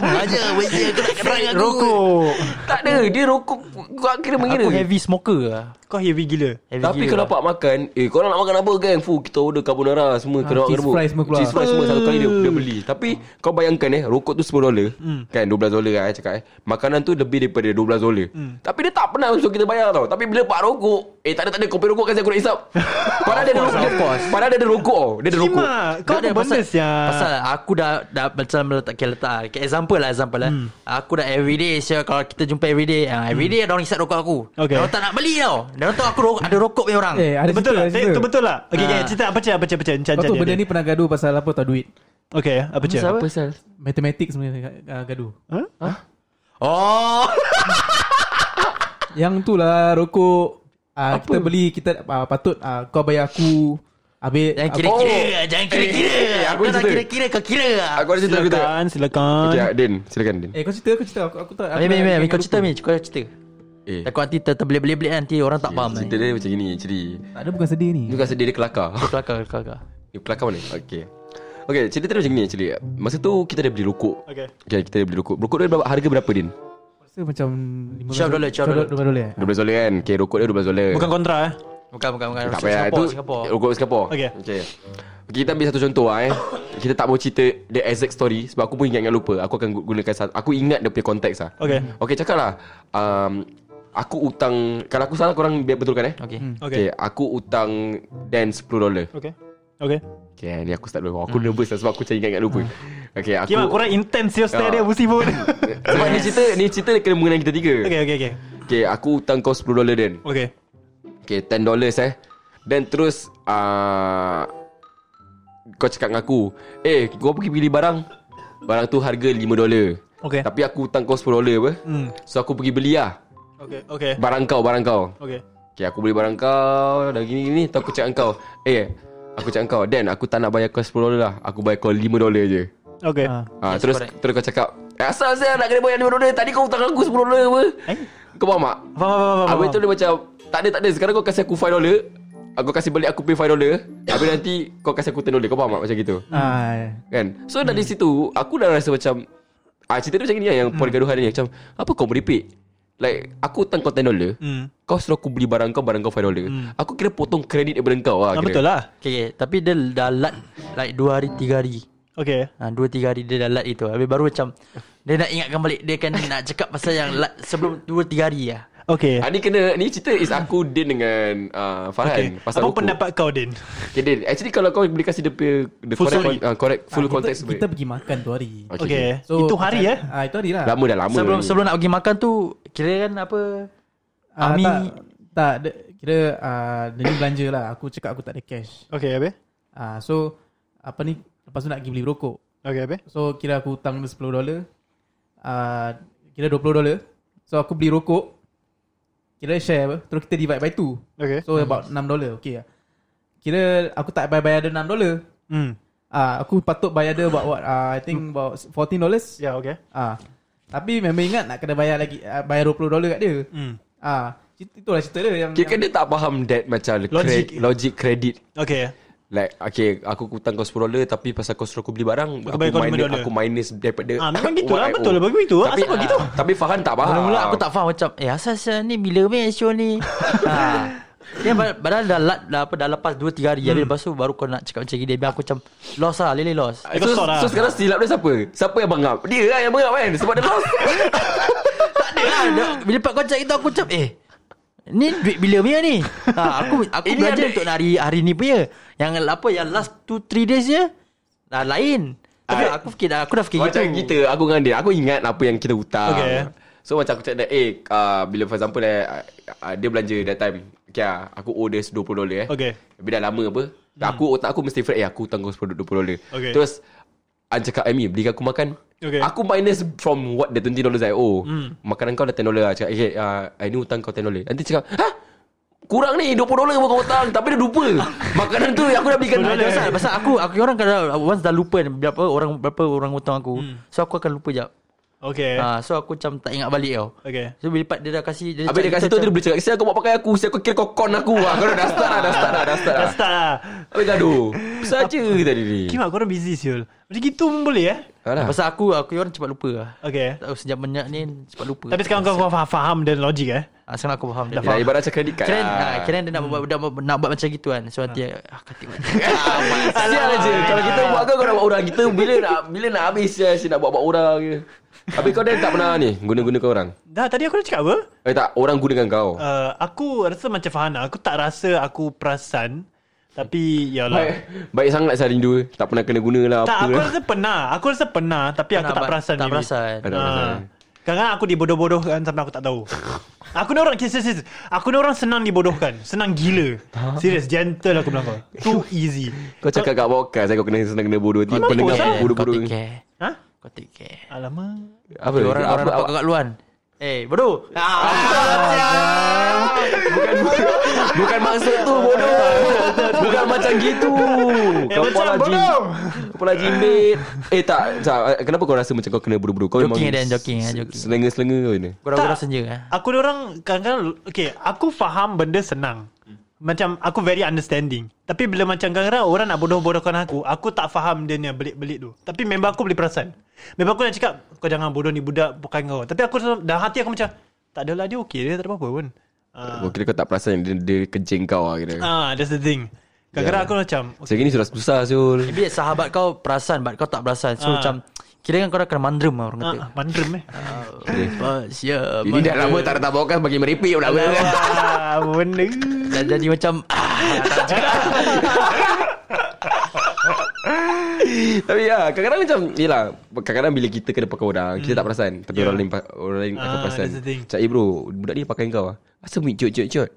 Aja Wajar kau nak kerang aku Rokok Tak ada Dia rokok Kau kira mengira Aku heavy smoker lah Kau heavy gila heavy Tapi gila kau lah. dapat makan Eh korang nak makan apa geng Fu kita order carbonara Semua kena cheese rebus. fry semua keluar. Cheese fry semua satu kali dia, dia beli Tapi kau bayangkan eh Rokok tu 10 dolar Kan 12 dolar kan I cakap eh Makanan tu lebih daripada 12 dolar Tapi dia tak pernah Untuk kita bayar tau Tapi bila pak rokok Eh tak ada tak ada Kopi rokok kasi aku nak hisap Padahal dia ada rokok Padahal dia ada rokok tau. Dia ada rokok Kima Ah, Kau ada ya. Dia pasal- benda sia Pasal aku dah dah macam letak okay, letak okay, example lah example lah. Hmm. Aku dah everyday sia kalau kita jumpa everyday, ah everyday ada orang hisap rokok aku. Okay. Dia orang tak nak beli tau. Dia orang tahu aku rokok, ada rokok punya orang. Eh ada Betul cerita, lah ada Itu cerita. betul lah Okay, okay Ah. cerita apa cerita apa cerita apa cerita Kau tu benda ni pernah gaduh pasal apa tau duit Okay apa cerita pasal Matematik sebenarnya uh, gaduh Oh. Yang tu lah rokok uh, Kita beli Kita uh, patut uh, Kau bayar aku Habis Jangan ah, aku- kira-kira, jangan kira-kira. Eh, eh, aku Kau nak cerita. kira-kira kau kira lah. Aku ada cerita aku tak Silakan Silakan Okay Din Silakan Din Eh kau cerita Kau cerita Aku, aku tak aku Mei, Mei, nak- Mei, aku kau nak cerita lupa. Mei, kau cerita. Eh Takut nanti ter- terbelit-belit nanti orang tak faham. Cerita eh. dia macam gini Ceri Tak ada bukan sedih ni Ni kan sedih dia kelakar Kelakar, kelakar. Dia kelakar mana? Okay Okay, cerita dia macam ni actually Masa tu kita dah beli rokok Okay. Okay, kita dah beli rokok Rokok dia berapa, harga berapa Din? Rasa macam 12 dolar, 12 dolar. 12 dolar eh? 12 dolar kan? Okay, rokok dia 12 dolar Bukan kontra eh Bukan, bukan, bukan. Tak payah Singapore, tu Singapore. Rokok Singapore Okay. okay. Kita ambil satu contoh lah eh Kita tak mau cerita The exact story Sebab aku pun ingat-ingat lupa Aku akan gu- gunakan satu, Aku ingat dia punya konteks lah Okay. Okay cakap lah um, Aku utang Kalau aku salah korang biar betulkan eh Okay. Okay okay aku utang Dan 10 dolar Okay Okay Okay ni aku start dulu Ah. Aku nervous lah Sebab aku macam ingat-ingat lupa Okay aku Kima korang intense Your stare Ah. dia Busi pun Sebab ni cerita Ni cerita dia kena mengenai kita tiga okay. Okay okay okay okay aku utang kau 10 dolar Dan Okay Okay 10 dollars eh Dan terus uh, Kau cakap dengan aku Eh kau pergi pilih barang Barang tu harga 5 dolar Okay. Tapi aku utang kau 10 dolar apa Hmm. So aku pergi beli lah Okay Okay Barang kau Barang kau Okay Okay aku beli barang kau Dah gini gini Tu aku cakap dengan kau Eh Aku cakap dengan kau Dan aku tak nak bayar kau 10 dolar lah Aku bayar kau 5 dolar je Okay Ah. Ah, Yes, terus correct. terus kau cakap eh, Asal saya nak kena bayar 5 dolar Tadi kau hutang aku 10 dolar apa Kau faham tak? Eh? Faham faham faham Habis faham. tu dia macam Tak ada tak ada Sekarang kau kasih aku 5 dolar Aku kasih balik aku pay 5 dolar Habis nanti kau kasih aku 10 dolar Kau faham tak macam gitu Hmm. Ah, Kan So dari Hmm. situ Aku dah rasa macam ah, Cerita dia macam ni lah Yang pergaduhan ni Macam Apa kau meripik Like Aku hutang kau 10 dolar Hmm. Kau suruh aku beli barang kau Barang kau 5 dolar Aku kira potong kredit daripada kau lah Ah, kira. Betul lah Okay, okay. Tapi dia dah lat like 2 hari, 3 hari. Okay Ha, dua tiga hari dia dah lat itu Habis baru macam Dia nak ingatkan balik Dia akan nak cakap pasal yang lat Sebelum dua tiga hari lah Okay Ah, ni kena Ni cerita is aku Din dengan Okay. uh, Farhan Pasal Apa rokok. pendapat kau Din? Okay, Din. Actually kalau kau boleh kasih dia punya Full the full correct, story. con- uh, correct full ah, context kita, kita pergi makan tu hari Okay, okay. Okay. Itu hari eh? Ah, itu hari lah Lama dah lama. Sebelum ni. sebelum nak pergi makan tu Kira kan apa Ah, Ami- tak, tak dia, Kira uh, Dia ni belanja lah Aku cakap aku tak ada cash Okay habis? Ah, So Apa ni Lepas tu nak pergi beli rokok Okay habis? So kira aku hutang dia 10 dolar uh, Kira 20 dolar So aku beli rokok Kira share apa Terus kita divide by 2 Okay. So about 6 dolar Okay lah Kira aku tak bayar dia 6 dolar Hmm. uh, Aku patut bayar dia about what uh, I think about 14 dollars Ya yeah, okay. Ah, Tapi memang ingat nak kena bayar lagi uh, Bayar 20 dolar kat dia Hmm. Ah, cerita- Itulah cerita dia yang, Kira kan yang dia tak faham that macam Logic. logic logic credit. Okay. Like okay aku hutang kau 10 dolar tapi pasal kau suruh aku beli Aku barang aku, bayar kau lima minus dolar. aku minus daripada Ah, memang gitu lah, what I betul lah, owe. bagi gitu lah. Tapi, Asal kau gitu? Tapi Farhan tak faham. Mula-mula aku tak faham macam Eh asal asal ni Bila punya show ni ha. Dia pad- padahal dah lat dah, apa, dah lepas dua tiga hari Hmm. Habis lepas tu baru kau nak cakap macam gini Biar aku macam Lost lah Lily lost So, Kau sort lah. so sekarang silap dia siapa? Siapa yang bangap? Dia lah yang bangap kan Sebab dia lost Tak Ya, ada lah Dah- Bila pak kau cakap itu aku macam Eh Ni duit bila punya ni ha, Aku aku Ini belajar ada- untuk hari hari ni punya Yang apa Yang last 2-3 days je Dah lain Tapi Ah, aku fikir dah, Aku dah fikir Macam gitu kita Aku dengan dia Aku ingat apa yang kita hutang Okay. So macam aku cakap dia, Eh uh, bila for example eh, uh, uh, Dia belanja that time Okay uh, Aku owe dia 20 dolar eh Okay. Tapi dah lama apa hmm. Aku otak aku mesti fret Eh aku hutang kau 10 20 dolar Okay. Terus An cakap Amy belikan aku makan Okay. Hmm. Aku minus from what the 20 dollars I owe Makanan kau dah 10 dolar Cakap okay uh, I ni hutang kau 10 dolar Nanti cakap Hah? Kurang ni 20 dolar pun kau hutang Tapi dia lupa Makanan tu yang aku dah belikan ah. Kan ada pasal, Hmm. pasal aku aku orang kalau once dah lupa ni berapa orang berapa orang hutang aku. So aku akan lupa jap. Okay Eh. yeah. uh, So aku macam tak ingat balik tau Okay So bila part dia dah kasi dia Habis dia kat situ dia boleh cakap Sial kau buat pakai aku Sial kau kira kau con aku ah, Kau dah dah start lah Dah start lah Dah start Dah lah start lah Habis gaduh Saja tadi ni Kimak korang busy siul Macam gitu pun boleh eh Alah Pasal aku Aku orang cepat lupa lah Okay Tak tahu sejak banyak ni Cepat lupa Tapi sekarang kau faham, faham dan logik eh ah, Sekarang aku faham Ya, ibarat cakap dekat Kira lah. ah, kira dia nak buat, nak, buat, nak buat macam gitu kan So nanti ah, Katik Sial je Kalau kita buat kau Kau nak buat orang Kita bila nak Bila nak habis Sial sial nak buat-buat orang je Habis kau dah tak pernah ni Guna-guna kau orang Dah tadi aku dah cakap apa Eh tak Orang gunakan kau uh, Aku rasa macam Fahana Aku tak rasa aku perasan Tapi Baik, Yalah baik sangat saya rindu Tak pernah kena guna lah Tak apa aku lah. rasa pernah Aku rasa pernah Tapi aku tak perasan Tak maybe. perasan Tak ada Ah. masalah. Kadang-kadang aku dibodoh-bodohkan Sampai aku tak tahu Aku ni orang kisah serius Aku ni orang senang dibodohkan Senang gila Serius Gentle aku bilang kau Too easy Kau cakap kat podcast Saya kau kena senang kena bodoh Tiba Kau pendengar take care, bodoh-bodoh Kau take care Ha? Kau take care Alamak Apa Dia Orang orang apa- nampak apa- kakak luan Eh bodoh ah, Bukan Bukan maksud tu bodoh Bukan macam gitu Kau macam pola jin bodoh. Pola jimbit Eh tak, tak Kenapa kau rasa macam kau kena bodoh-bodoh Kau Joking memang eh, Dan, joking eh, joking. Selenga-selenga kau ni Gurau-gurau senja eh. Aku ni orang kadang-kadang Okay Aku faham benda senang Macam aku very understanding Tapi bila macam kadang-kadang Orang nak bodoh-bodohkan aku Aku tak faham dia ni belit-belit tu Tapi member aku boleh perasan Member aku nak cakap Kau jangan bodoh ni budak Bukan kau Tapi aku dalam hati aku macam Tak adalah dia okay Dia tak ada apa-apa pun Ah, Kau kira kau tak perasan Dia, dia kencing kau lah kira Ah, that's the thing. Kadang-kadang aku macam "Oh, Macam gini sudah susah Syul Maybe sahabat kau perasan But kau tak perasan So Ah. macam Kira kan kau dah kena mandrem lah orang kata ah, mandrem eh. Ah, Sia Jadi dah lama tak datang podcast Bagi meripik pula Wah, apa Ah, benda. Dah jadi macam ah, tak cakap. Tapi ya Kadang-kadang macam Yelah Kadang-kadang bila kita kena pakai orang Kita tak perasan Tapi orang lain pa- Orang lain akan Ah, perasan that's the thing. Macam eh bro Budak ni pakai kau lah Asal mik cot-cot-cot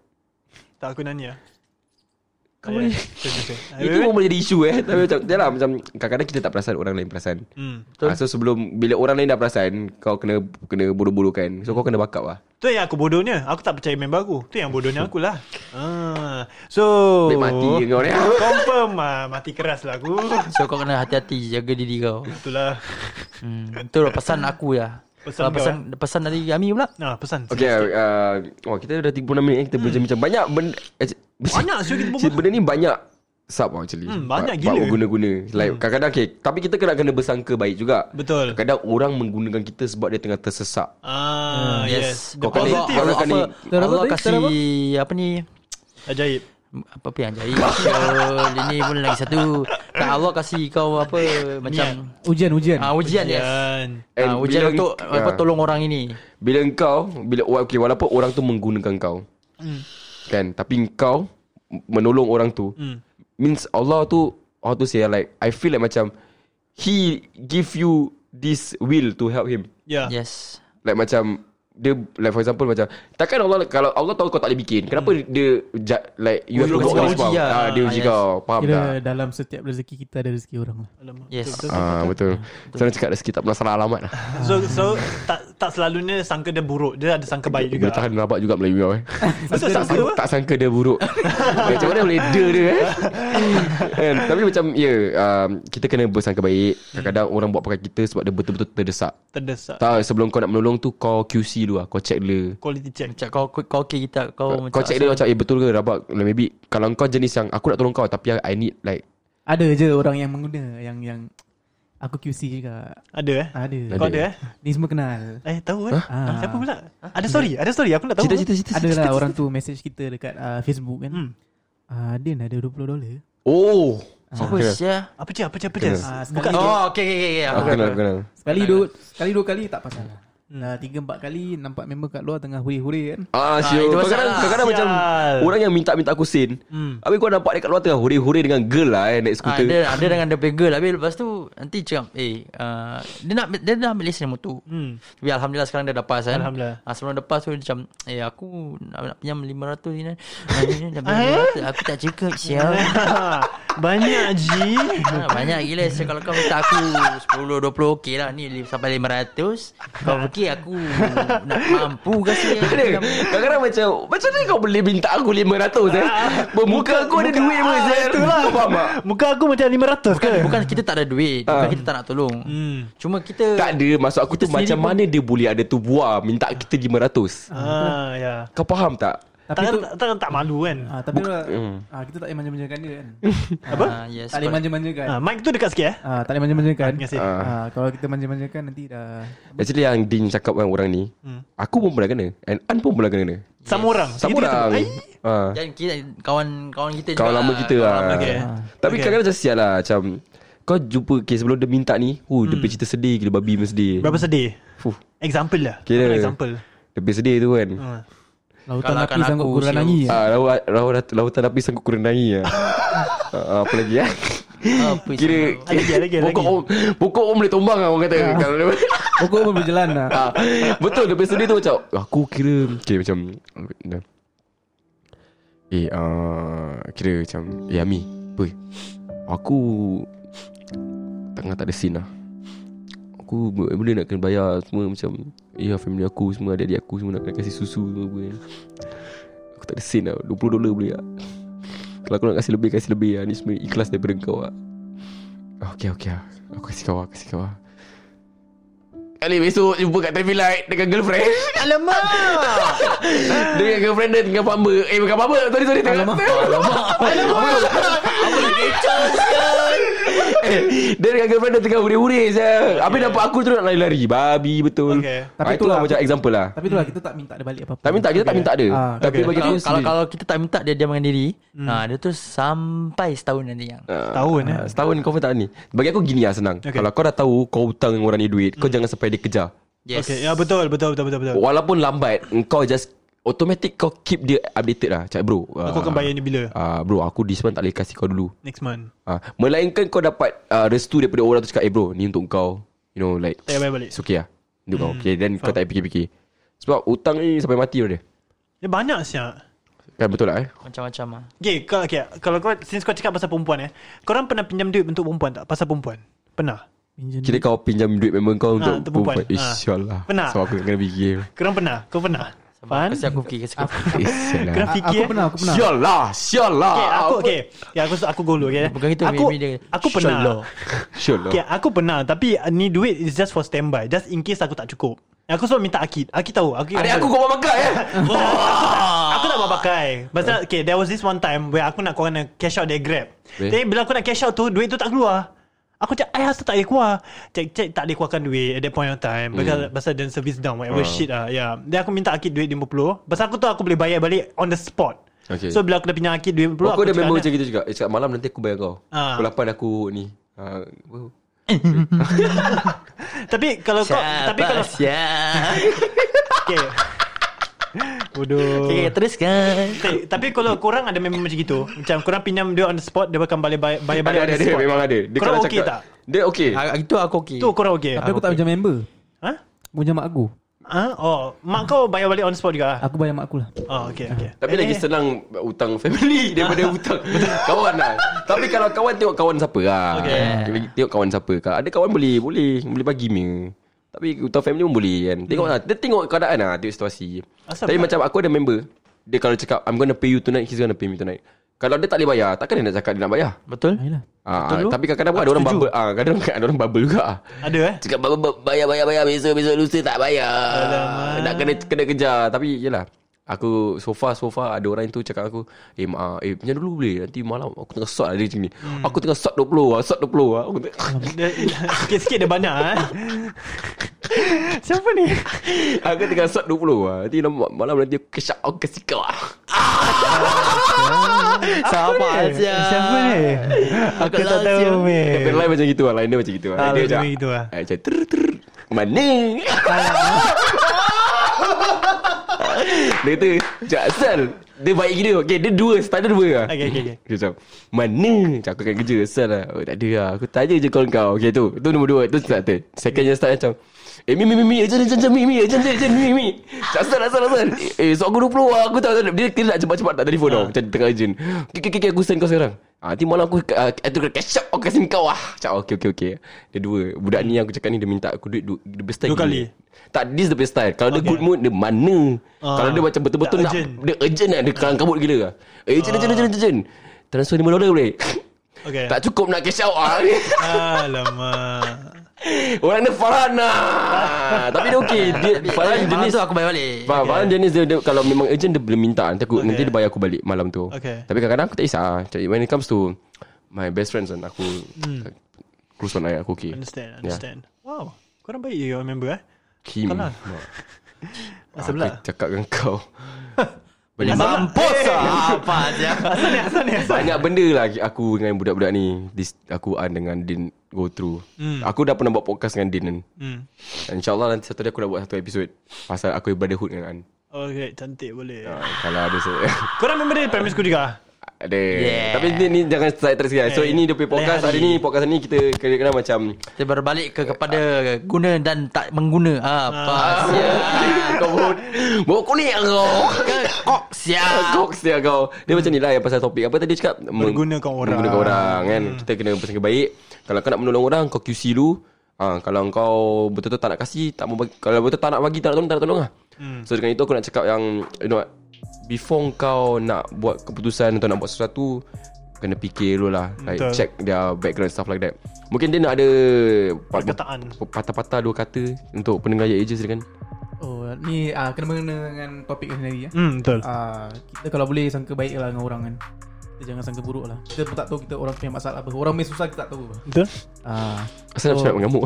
Tak aku ah. nanya. Kau Ayah. boleh Betul, betul, betul. Itu pun boleh jadi isu eh Tapi macam Yalah macam Kadang-kadang kita tak perasan Orang lain perasan Hmm. ha, So sebelum Bila orang lain dah perasan Kau kena Kena bodoh-bodohkan So kau kena bakap lah Tu yang aku bodohnya. Aku tak percaya member aku. Tu yang bodohnya aku lah. Ah. So, Baik mati je kau ni Confirm ah, mati keras lah aku. So kau kena hati-hati Jaga diri kau Itulah. hmm, Itu lah pesan aku lah Pesan Pesan, kau, eh? pesan, pesan dari kami pula Nah, pesan. Okay uh, Wah kita dah 36 minit eh. Kita berbincang macam Banyak benda Banyak siul kita berbual. Benda ni banyak Sub lah actually Hmm, banyak Bab- gila. Hmm. bab guna-guna Like kadang-kadang okay, Tapi kita kena kena bersangka baik juga Betul. Kadang orang menggunakan kita Sebab dia tengah tersesak Ah, Hmm, yes. The Kau kena- positive. kau Allah, kena- Allah, Cara apa Allah tadi? kasih Cara apa? Apa ni Ajaib. apa pun yang jahil Syul. Ini pun lagi satu Tak Allah kasih kau apa Macam Ujian ujian ah, Ujian yes Dan And ah, Ujian bila- untuk apa, ah. Tolong orang ini Bila engkau bila okay, walaupun orang tu menggunakan kau. Hmm. Kan, tapi engkau menolong orang tu. Hmm. Means Allah tu how to say like I feel like macam he give you this will to help him. yeah. Yes Like macam dia like for example macam takkan Allah kalau Allah tahu kau tak boleh bikin kenapa dia ja- like you Oh, have to Hmm. dia go this far uji kau. Uji lah. ah, dia uji Ah, yes. kau faham tak Kira dalam setiap rezeki kita ada rezeki orang lah Alamak. Yes. Betul, betul. ah betul saya cakap rezeki tak pernah salah alamat lah So so tak tak selalunya sangka dia buruk. Dia ada sangka baik Boleh juga. tahan rabak juga Melayu kau eh Betul, tak, sangka apa? tak sangka dia buruk Macam mana boleh dia dia eh Kan, Tapi macam Ya um, Kita kena bersangka baik Kadang-kadang orang buat pakai kita Sebab dia betul-betul terdesak Terdesak. Tak sebelum kau nak menolong tu Kau QC dulu lah Kau check dulu Quality check. Macam kau Kau okay kita Kau, Kau, kau check dulu macam Eh betul ke rabak Like, Maybe Kalau kau jenis yang Aku nak tolong kau Tapi I need like Ada je orang yang mengguna Yang yang Aku QC juga Ada eh? Ada Kau ada eh? Ni semua kenal Eh tahu kan? Ah. Siapa pula? Ada story, ada story aku nak tahu. Cita-cita cita, Ada lah orang tu message kita dekat ah, Facebook kan Ah, Din ada 20 dolar Oh Siapa Kena. Sia Apa je? Apa je? Apa je? Ah, sekali, Bukan Oh okay okay, okay. Ah, Aku kenal aku kenal sekali, dua, sekali dua kali tak pasal Dah tiga empat kali Nampak member kat luar tengah huri-huri kan Ah, siul. itu Kadang-kadang, pasal lah. kadang-kadang macam Sial. orang yang minta-minta aku sin. Habis kau nampak dekat luar tengah hore-hore dengan girl lah eh, naik Ah, skuter. ada ada dengan dia punya girl Habis lepas tu Nanti cakap Eh uh, Dia nak dia nak ambil lesen motor hmm. Tapi Alhamdulillah sekarang dia dah pass kan Alhamdulillah. ah, Sebelum dia pass tu dia macam Eh aku nak, nak pinjam RM500 ni kan Ah, ni nak pinjam RM500. Aku tak cukup Ya. sial Banyak Ji. Ah, Banyak gila so, Kalau kau minta aku 10-20 okey lah Ni li- sampai 500 Kau okey fikir aku Nak mampu ke sih Ada Kadang-kadang macam Macam mana kau boleh minta aku 500 eh Bermuka aku ada duit pun ah, Zair Itulah Kau faham tak Muka aku macam 500 ke Bukan, bukan kita tak ada duit Bukan Ah. kita tak nak tolong Hmm. Cuma kita Tak ada Maksud aku tu Kita sendiri macam pun- mana dia boleh ada tu buah Minta kita 500 Ah, ya. Kau faham tak? Tapi Takkan tu tak, tak, tak malu kan ah, tapi Buk- orang- Hmm. ah, kita tak boleh manja-manjakan dia kan. Apa? Ah, yes, tak boleh correct. manja-manjakan. ah, Mic tu dekat sikit eh Ah, tak boleh manja-manjakan. Terima kasih Ah. Ah, kalau kita manja-manjakan nanti dah Actually yang Din cakap dengan orang ni Hmm. Aku pun pernah kena And An pun pernah kena Sama Yes. orang Sama Gitu-gitu. orang Ai. Ah. Dan Kan, kita kawan-kawan kita Kawan lama kita lah kawan Okay. lama kita. Tapi Okay. kadang-kadang macam sial lah Macam Kau jumpa Okay sebelum dia minta ni Huh dia punya cerita sedih Gila babi punya sedih Berapa sedih Fuh Example lah Kira. Apa example Dia punya sedih tu kan Ah. lautan Kalahkan api sanggup aku, kurang silau. lagi. Ah, Ya. laut, laut, lautan api sanggup kurenai ya. Ah, apa lagi ya? Apa Kira, Ada lagi, ada lagi, ada pokok lagi. Ah. om, pokok om boleh tumbang lah orang kata. Kalau dia, Pokok pun berjalan lah. ah, betul dia punya sedih tu macam aku kira okay, macam dah. Eh, ah, kira macam eh Ami, apa? Aku tengah tak ada scene lah. Aku bo- boleh nak kena bayar semua macam Ya family aku semua adik-adik aku semua nak kena kasih susu semua apa kan. Aku tak ada sen lah 20 dolar boleh tak Kalau aku nak kasih lebih Kasih lebih lah Ni semua ikhlas daripada kau lah oh, Okay okay lah Aku kasih kau lah Kasih kau lah Kali besok jumpa kat traffic light Dengan girlfriend Alamak Dengan girlfriend dia Dengan pamba Eh bukan pamba Sorry sorry tengah Alamak Alamak Eh, dia dengan girlfriend dia tengah urik-urik saya. Habis nampak aku terus nak lari-lari. Babi betul. Okay. Tapi Tapi itulah itulah macam aku- example lah. Tapi itulah kita tak minta dia balik apa-apa. Tak minta kita tak minta dia. Ah, Tapi okay. bagi aku kalau, kalau, sendiri. Hmm. kalau kita tak minta dia diamkan diri ha, Dia tu sampai setahun nanti yang Tahun eh Ah, Setahun kau pun tak ni Bagi aku gini lah senang Okay. Kalau kau dah tahu Kau hutang dengan orang ni duit Kau Hmm. jangan sampai dia kejar Yes Okay ya betul Betul betul betul, betul. Walaupun lambat Kau just Automatic kau keep dia updated lah Cakap bro Aku akan bayar ni bila uh, Bro aku this month tak boleh kasih kau dulu Next month uh, Melainkan kau dapat uh, Restu daripada orang tu cakap Eh bro ni untuk kau You know like Tak payah bayar balik Hmm, It's okay lah Untuk kau okay, Then kau tak payah fikir-fikir Sebab hutang ni sampai mati dia Dia Ya, banyak siap Kan betul lah eh Macam-macam lah Okay, kalau, okay, kalau kau, since kau cakap pasal perempuan eh, korang pernah pinjam duit untuk perempuan tak? Pasal perempuan? Pernah? Pinjam Kira kau pinjam duit member kau Ah, Untuk untuk perempuan. perempuan Eh, Ah. InsyaAllah Pernah. So aku kena fikir Korang pernah? Kau pernah? Fan? Kasi aku fikir Kasi aku fikir InsyaAllah Kena A- fikir Aku eh. pernah, aku pernah. lah. Sial lah Sial lah Okay, aku, okay. Ya, aku, aku go dulu, okay? Bukan gitu, aku, maybe dia- aku pernah. Insya Allah. Sial lah Okay, aku pernah. Tapi uh, ni duit is just for standby. Just in case aku tak cukup. Aku selalu minta Akid. Akid tahu. Akid Adik humble. aku kau bawa makan eh Aku tak bawa pakai Pasal okay There was this one time Where aku nak korang nak Cash out their grab Weh. Tapi bila aku nak cash out tu Duit tu tak keluar Aku cakap I rasa tak boleh keluar Cek cek tak boleh keluarkan duit At that point of time Pasal hmm. Pasal dan service down Ah. Whatever shit lah yeah. Then aku minta Akid duit RM50 Pasal aku tahu aku boleh bayar balik On the spot Okay. So bila aku dah pinjam Akid duit RM50 Aku ada member macam cakap, gitu juga Eh cakap malam nanti aku bayar kau Ah. Pukul 8 aku ni Ah, wow. Tapi kalau kau Tapi kalau Siap Okay Bodoh Okay teruskan Okay, tapi kalau korang ada memang macam gitu Macam korang pinjam dia on the spot Dia akan balik bayar Eh, balik on Ada the ada ada spot Memang ada Dia Korang kalau okay cakap tak? Dia okay Ah, Itu aku okay Tu korang okay Tapi aku tak pinjam member. Ha? Aku pinjam mak aku. Ha? Oh, mak kau bayar balik on spot juga ah? Aku bayar mak aku lah. Oh, okay, okay. Tapi Eh. lagi senang Hutang family Daripada hutang Kawan lah Tapi kalau kawan Tengok kawan siapa lah Okay. Lagi Tengok kawan siapa Kalau Ada kawan boleh Boleh Boleh bagi me Tapi hutang family pun boleh kan Tengok Hmm. lah Dia tengok keadaan lah Tengok situasi Asal Tapi pula? macam aku ada member Dia kalau cakap I'm gonna pay you tonight He's gonna pay me tonight Kalau dia tak boleh bayar Takkan dia nak cakap dia nak bayar Betul Ayolah. Ah, tapi kadang-kadang pun ada orang bubble. Ah, kadang ada orang bubble juga. ah. Ada eh? Cakap bayar bayar- bayar bayar bayar besok besok lusa tak bayar. Alamak. Nak kena kena kejar tapi yalah. Aku so far so far ada orang itu cakap aku Eh ma, eh pinjam dulu boleh Nanti malam aku tengah sort lah dia macam ni hmm. Aku tengah sort 20 lah Sort 20 lah aku tengah, Dia- Sikit-sikit dia banyak eh? Siapa ni? aku tengah sort 20 lah Nanti nam- malam nanti aku kesyak Aku kasih kau lah Sabar aja Siapa ni? Aku tak tahu, meh. Dia punya line macam gitu lah Line dia macam gitu lah Ah, Dia macam macam gitu lah. ah, Macam ter ter Mana Dia kata Cak Sal Dia baik gila Okay dia dua Standar dua lah Okay, okay, okay. Dia macam Mana Macam aku akan kerja Sal lah oh, Tak ada lah Aku tanya je call kau Okay tu Tu nombor dua Tu start tu Second yang start macam Eh mi mi mi mi Ejen ejen ejen mi mi Ejen ejen ejen mi mi Cak Sal Sal Sal Eh esok aku 20 lah Aku tak tahu Dia kira nak cepat-cepat Tak telefon tau Macam tengah ejen Okay okay okay Aku send kau sekarang Ah, nanti malam aku uh, Aku kena catch up ah. Aku kasi kau lah Cakap okay okay okay Dia dua Budak ni yang aku cakap ni Dia minta aku duit Dua, dua, Dua kali? Tak this the best style Kalau dia good mood Dia mana Ah. Kalau dia macam betul-betul Tak nak urgent. Dia urgent kan Dia kelang kabut gila lah. Urgent urgent urgent urgent Transfer 5 dolar boleh Okay. Tak cukup nak cash out ah. Alamak. Orang dia Farhan lah Tapi dia okey Dia eh, Farhan Malam jenis tu aku bayar balik Faham, Farhan jenis dia, dia Kalau memang urgent Dia boleh minta Nanti, aku, Okay. nanti dia bayar aku balik Malam tu Okay. Tapi kadang-kadang aku tak kisah Macam, When it comes to My best friends kan Aku Cruise on air aku okey Hmm. Understand, understand. Wow. Korang baik je member eh. Kim Kau lah. Asal pula? Aku cakap dengan kau Boleh mampus lah Apa Eh, dia Asal ni, asal ni, asal. Banyak benda lah Aku dengan budak-budak ni this, Aku An dengan Din Go through Aku dah pernah buat podcast dengan Din kan Hmm. Dan InsyaAllah nanti satu hari aku nak buat satu episod Pasal aku brotherhood dengan An Okay, cantik boleh. Ah, Kalau ada se- Korang member dia primary school juga? Ada Yeah. Tapi ni, ni jangan side track sikit So Eh, ini dia punya podcast lain Hari hari. ni podcast ni kita Kena-kena macam Kita berbalik ke kepada Guna dan tak mengguna Apa Ah. sia Ah, Kau bawa Bawa kuning kau Kok sia Kau dia kau Dia macam ni lah yang pasal topik Apa tadi cakap Meng- Menggunakan orang. Hmm. Menggunakan orang kan Kita kena bersangka baik Kalau kau nak menolong orang Kau QC dulu Ha, kalau kau betul-betul tak nak kasih tak mau bagi, Kalau betul tak nak bagi Tak nak tolong Tak nak tolong lah hmm. So dengan itu aku nak cakap yang You know what Before kau nak buat keputusan Atau nak buat sesuatu Kena fikir dulu lah Like Betul. check their background Stuff like that Mungkin dia nak ada pat- Perkataan. Patah-patah dua kata Untuk pendengar Yaya kan. je silakan Oh ni ah, kena mengena dengan topik ni sendiri ya. Hmm, betul. Ah, kita kalau boleh sangka baik lah dengan orang kan. Kita jangan sangka buruk lah. Kita pun tak tahu kita orang punya masalah apa. Orang punya susah kita tak tahu apa. Betul? Ah, Asal nak Oh. cakap mengamuk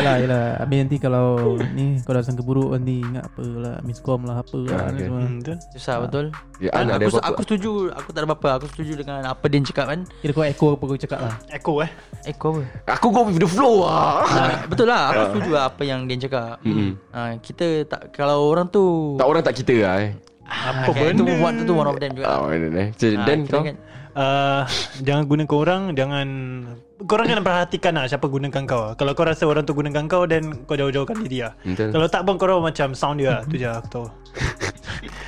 Yalah yalah Habis nanti kalau Ni kalau sangka buruk Nanti ingat apa lah Miscom lah apa lah Ah, ni okay. semua Hmm, betul. Susah betul Kan Ya, An, ada aku, apa-apa? aku setuju Aku tak ada apa-apa Aku setuju dengan Apa Din cakap kan Kira kau echo apa kau cakap lah Echo eh. Eh kau apa Aku go with the flow lah Ah, Betul lah Aku setuju lah Apa yang Din cakap Mm-mm. Ah, Kita tak Kalau orang tu Tak orang tak kita lah eh. Apa benda Itu one, itu one of them juga Ah, oh, eh. So, Ah, Dan kira kau kan. Uh, jangan gunakan orang Jangan Korang kena perhatikan lah Siapa gunakan kau lah. Kalau kau rasa orang tu gunakan kau Then kau jauh-jauhkan diri lah Betul. Kalau tak pun korang macam sound dia lah Tu je aku tahu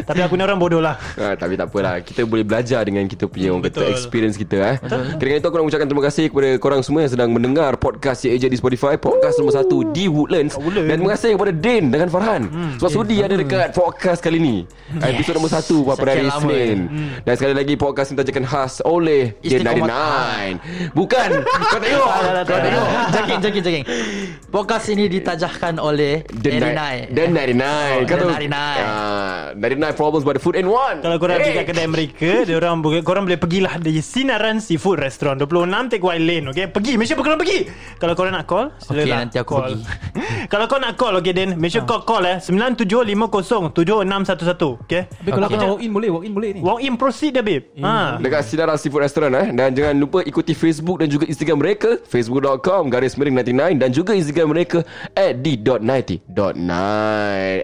Tapi aku ni orang bodoh lah Ah, tapi tak apalah Kita boleh belajar dengan kita punya Hmm, orang kata Betul. experience kita eh. Kira itu aku nak ucapkan terima kasih kepada korang semua yang sedang mendengar podcast Cik Eja di Spotify Podcast nombor satu Hmm. di Woodlands Ah, Woodlands. Dan terima kasih kepada Din dengan Farhan Sebab sudi ada dekat podcast kali ni Episod nombor satu pada hari Hmm. Sekian lama. ya. Hmm. Isnin Dan sekali lagi podcast ini ditajakan khas oleh Istiqomah. J99 Bukan Kau tengok Ah, Kau tengok Jaging, jaging, jaging. Podcast ini ditajahkan oleh The Erinai. Ni- The 99 Kau The tahu Ah, 99. 99 problems by the food and one Kalau korang Hey. pergi kat kedai mereka dia orang boleh- Korang boleh pergilah Di Sinaran Seafood Restaurant 26 Take White Lane okay? Pergi Make sure korang pergi Kalau korang nak call Sila Okay, lah nanti aku call. pergi. Ah. Kalau kau nak call Okay then Make sure kau call eh 9750-7611 Okay Tapi kalau Okay. kau nak walk in boleh Walk in boleh ni Walk in proceed dia babe ha. Dekat Sidara Seafood Restaurant eh Dan jangan lupa ikuti Facebook dan juga Instagram mereka Facebook.com Garis miring 99 Dan juga Instagram mereka At d.90.9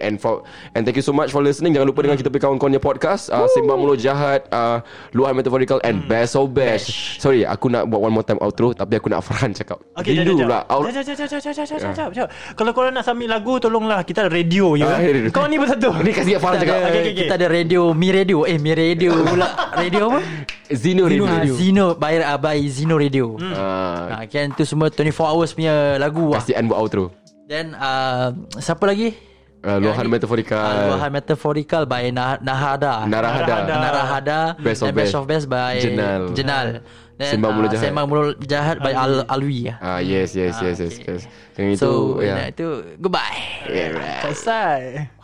And for And thank you so much for listening Jangan lupa dengan kita punya kawan-kawan punya podcast uh, Sembang Mulut Jahat uh, Luahan Metaphorical And Best of Best Sorry aku nak buat one more time outro Tapi aku nak Farhan cakap Okay, jap, Rindu jap, pula jap. Out- Jap, jap, jap, jap, jap, jap, jap, jap, jap. Kalau korang nak submit lagu, tolonglah. Kita ada radio je. Ah, radio. Kau ni bersatu. Ni kasih kat Farhan Kita cakap ada, Okay, okay, okay. kita ada radio, Mi Radio. Eh, Mi Radio pula. Radio apa? Zino Zino, ah, Radio Zino by, ah, by Zino Radio. Hmm. Ah, Ha, kan tu semua 24 hours punya lagu lah. Kasih An buat outro Then uh, siapa lagi? Uh, Luahan Yang ni, Metaphorical. Ya, ah, Luahan Metaphorical by Nah- Nahada. Narahada. Narahada Narahada Best of and Best Best. of Best by Jenal. Jenal. Then, Sembang Mulut ah, Jahat. Sembang Mulut Jahat by Al Alwi. ya. Ah yes yes Ah, yes yes okay. yes. Yang itu so, ya. itu goodbye. Yeah, right. Selesai.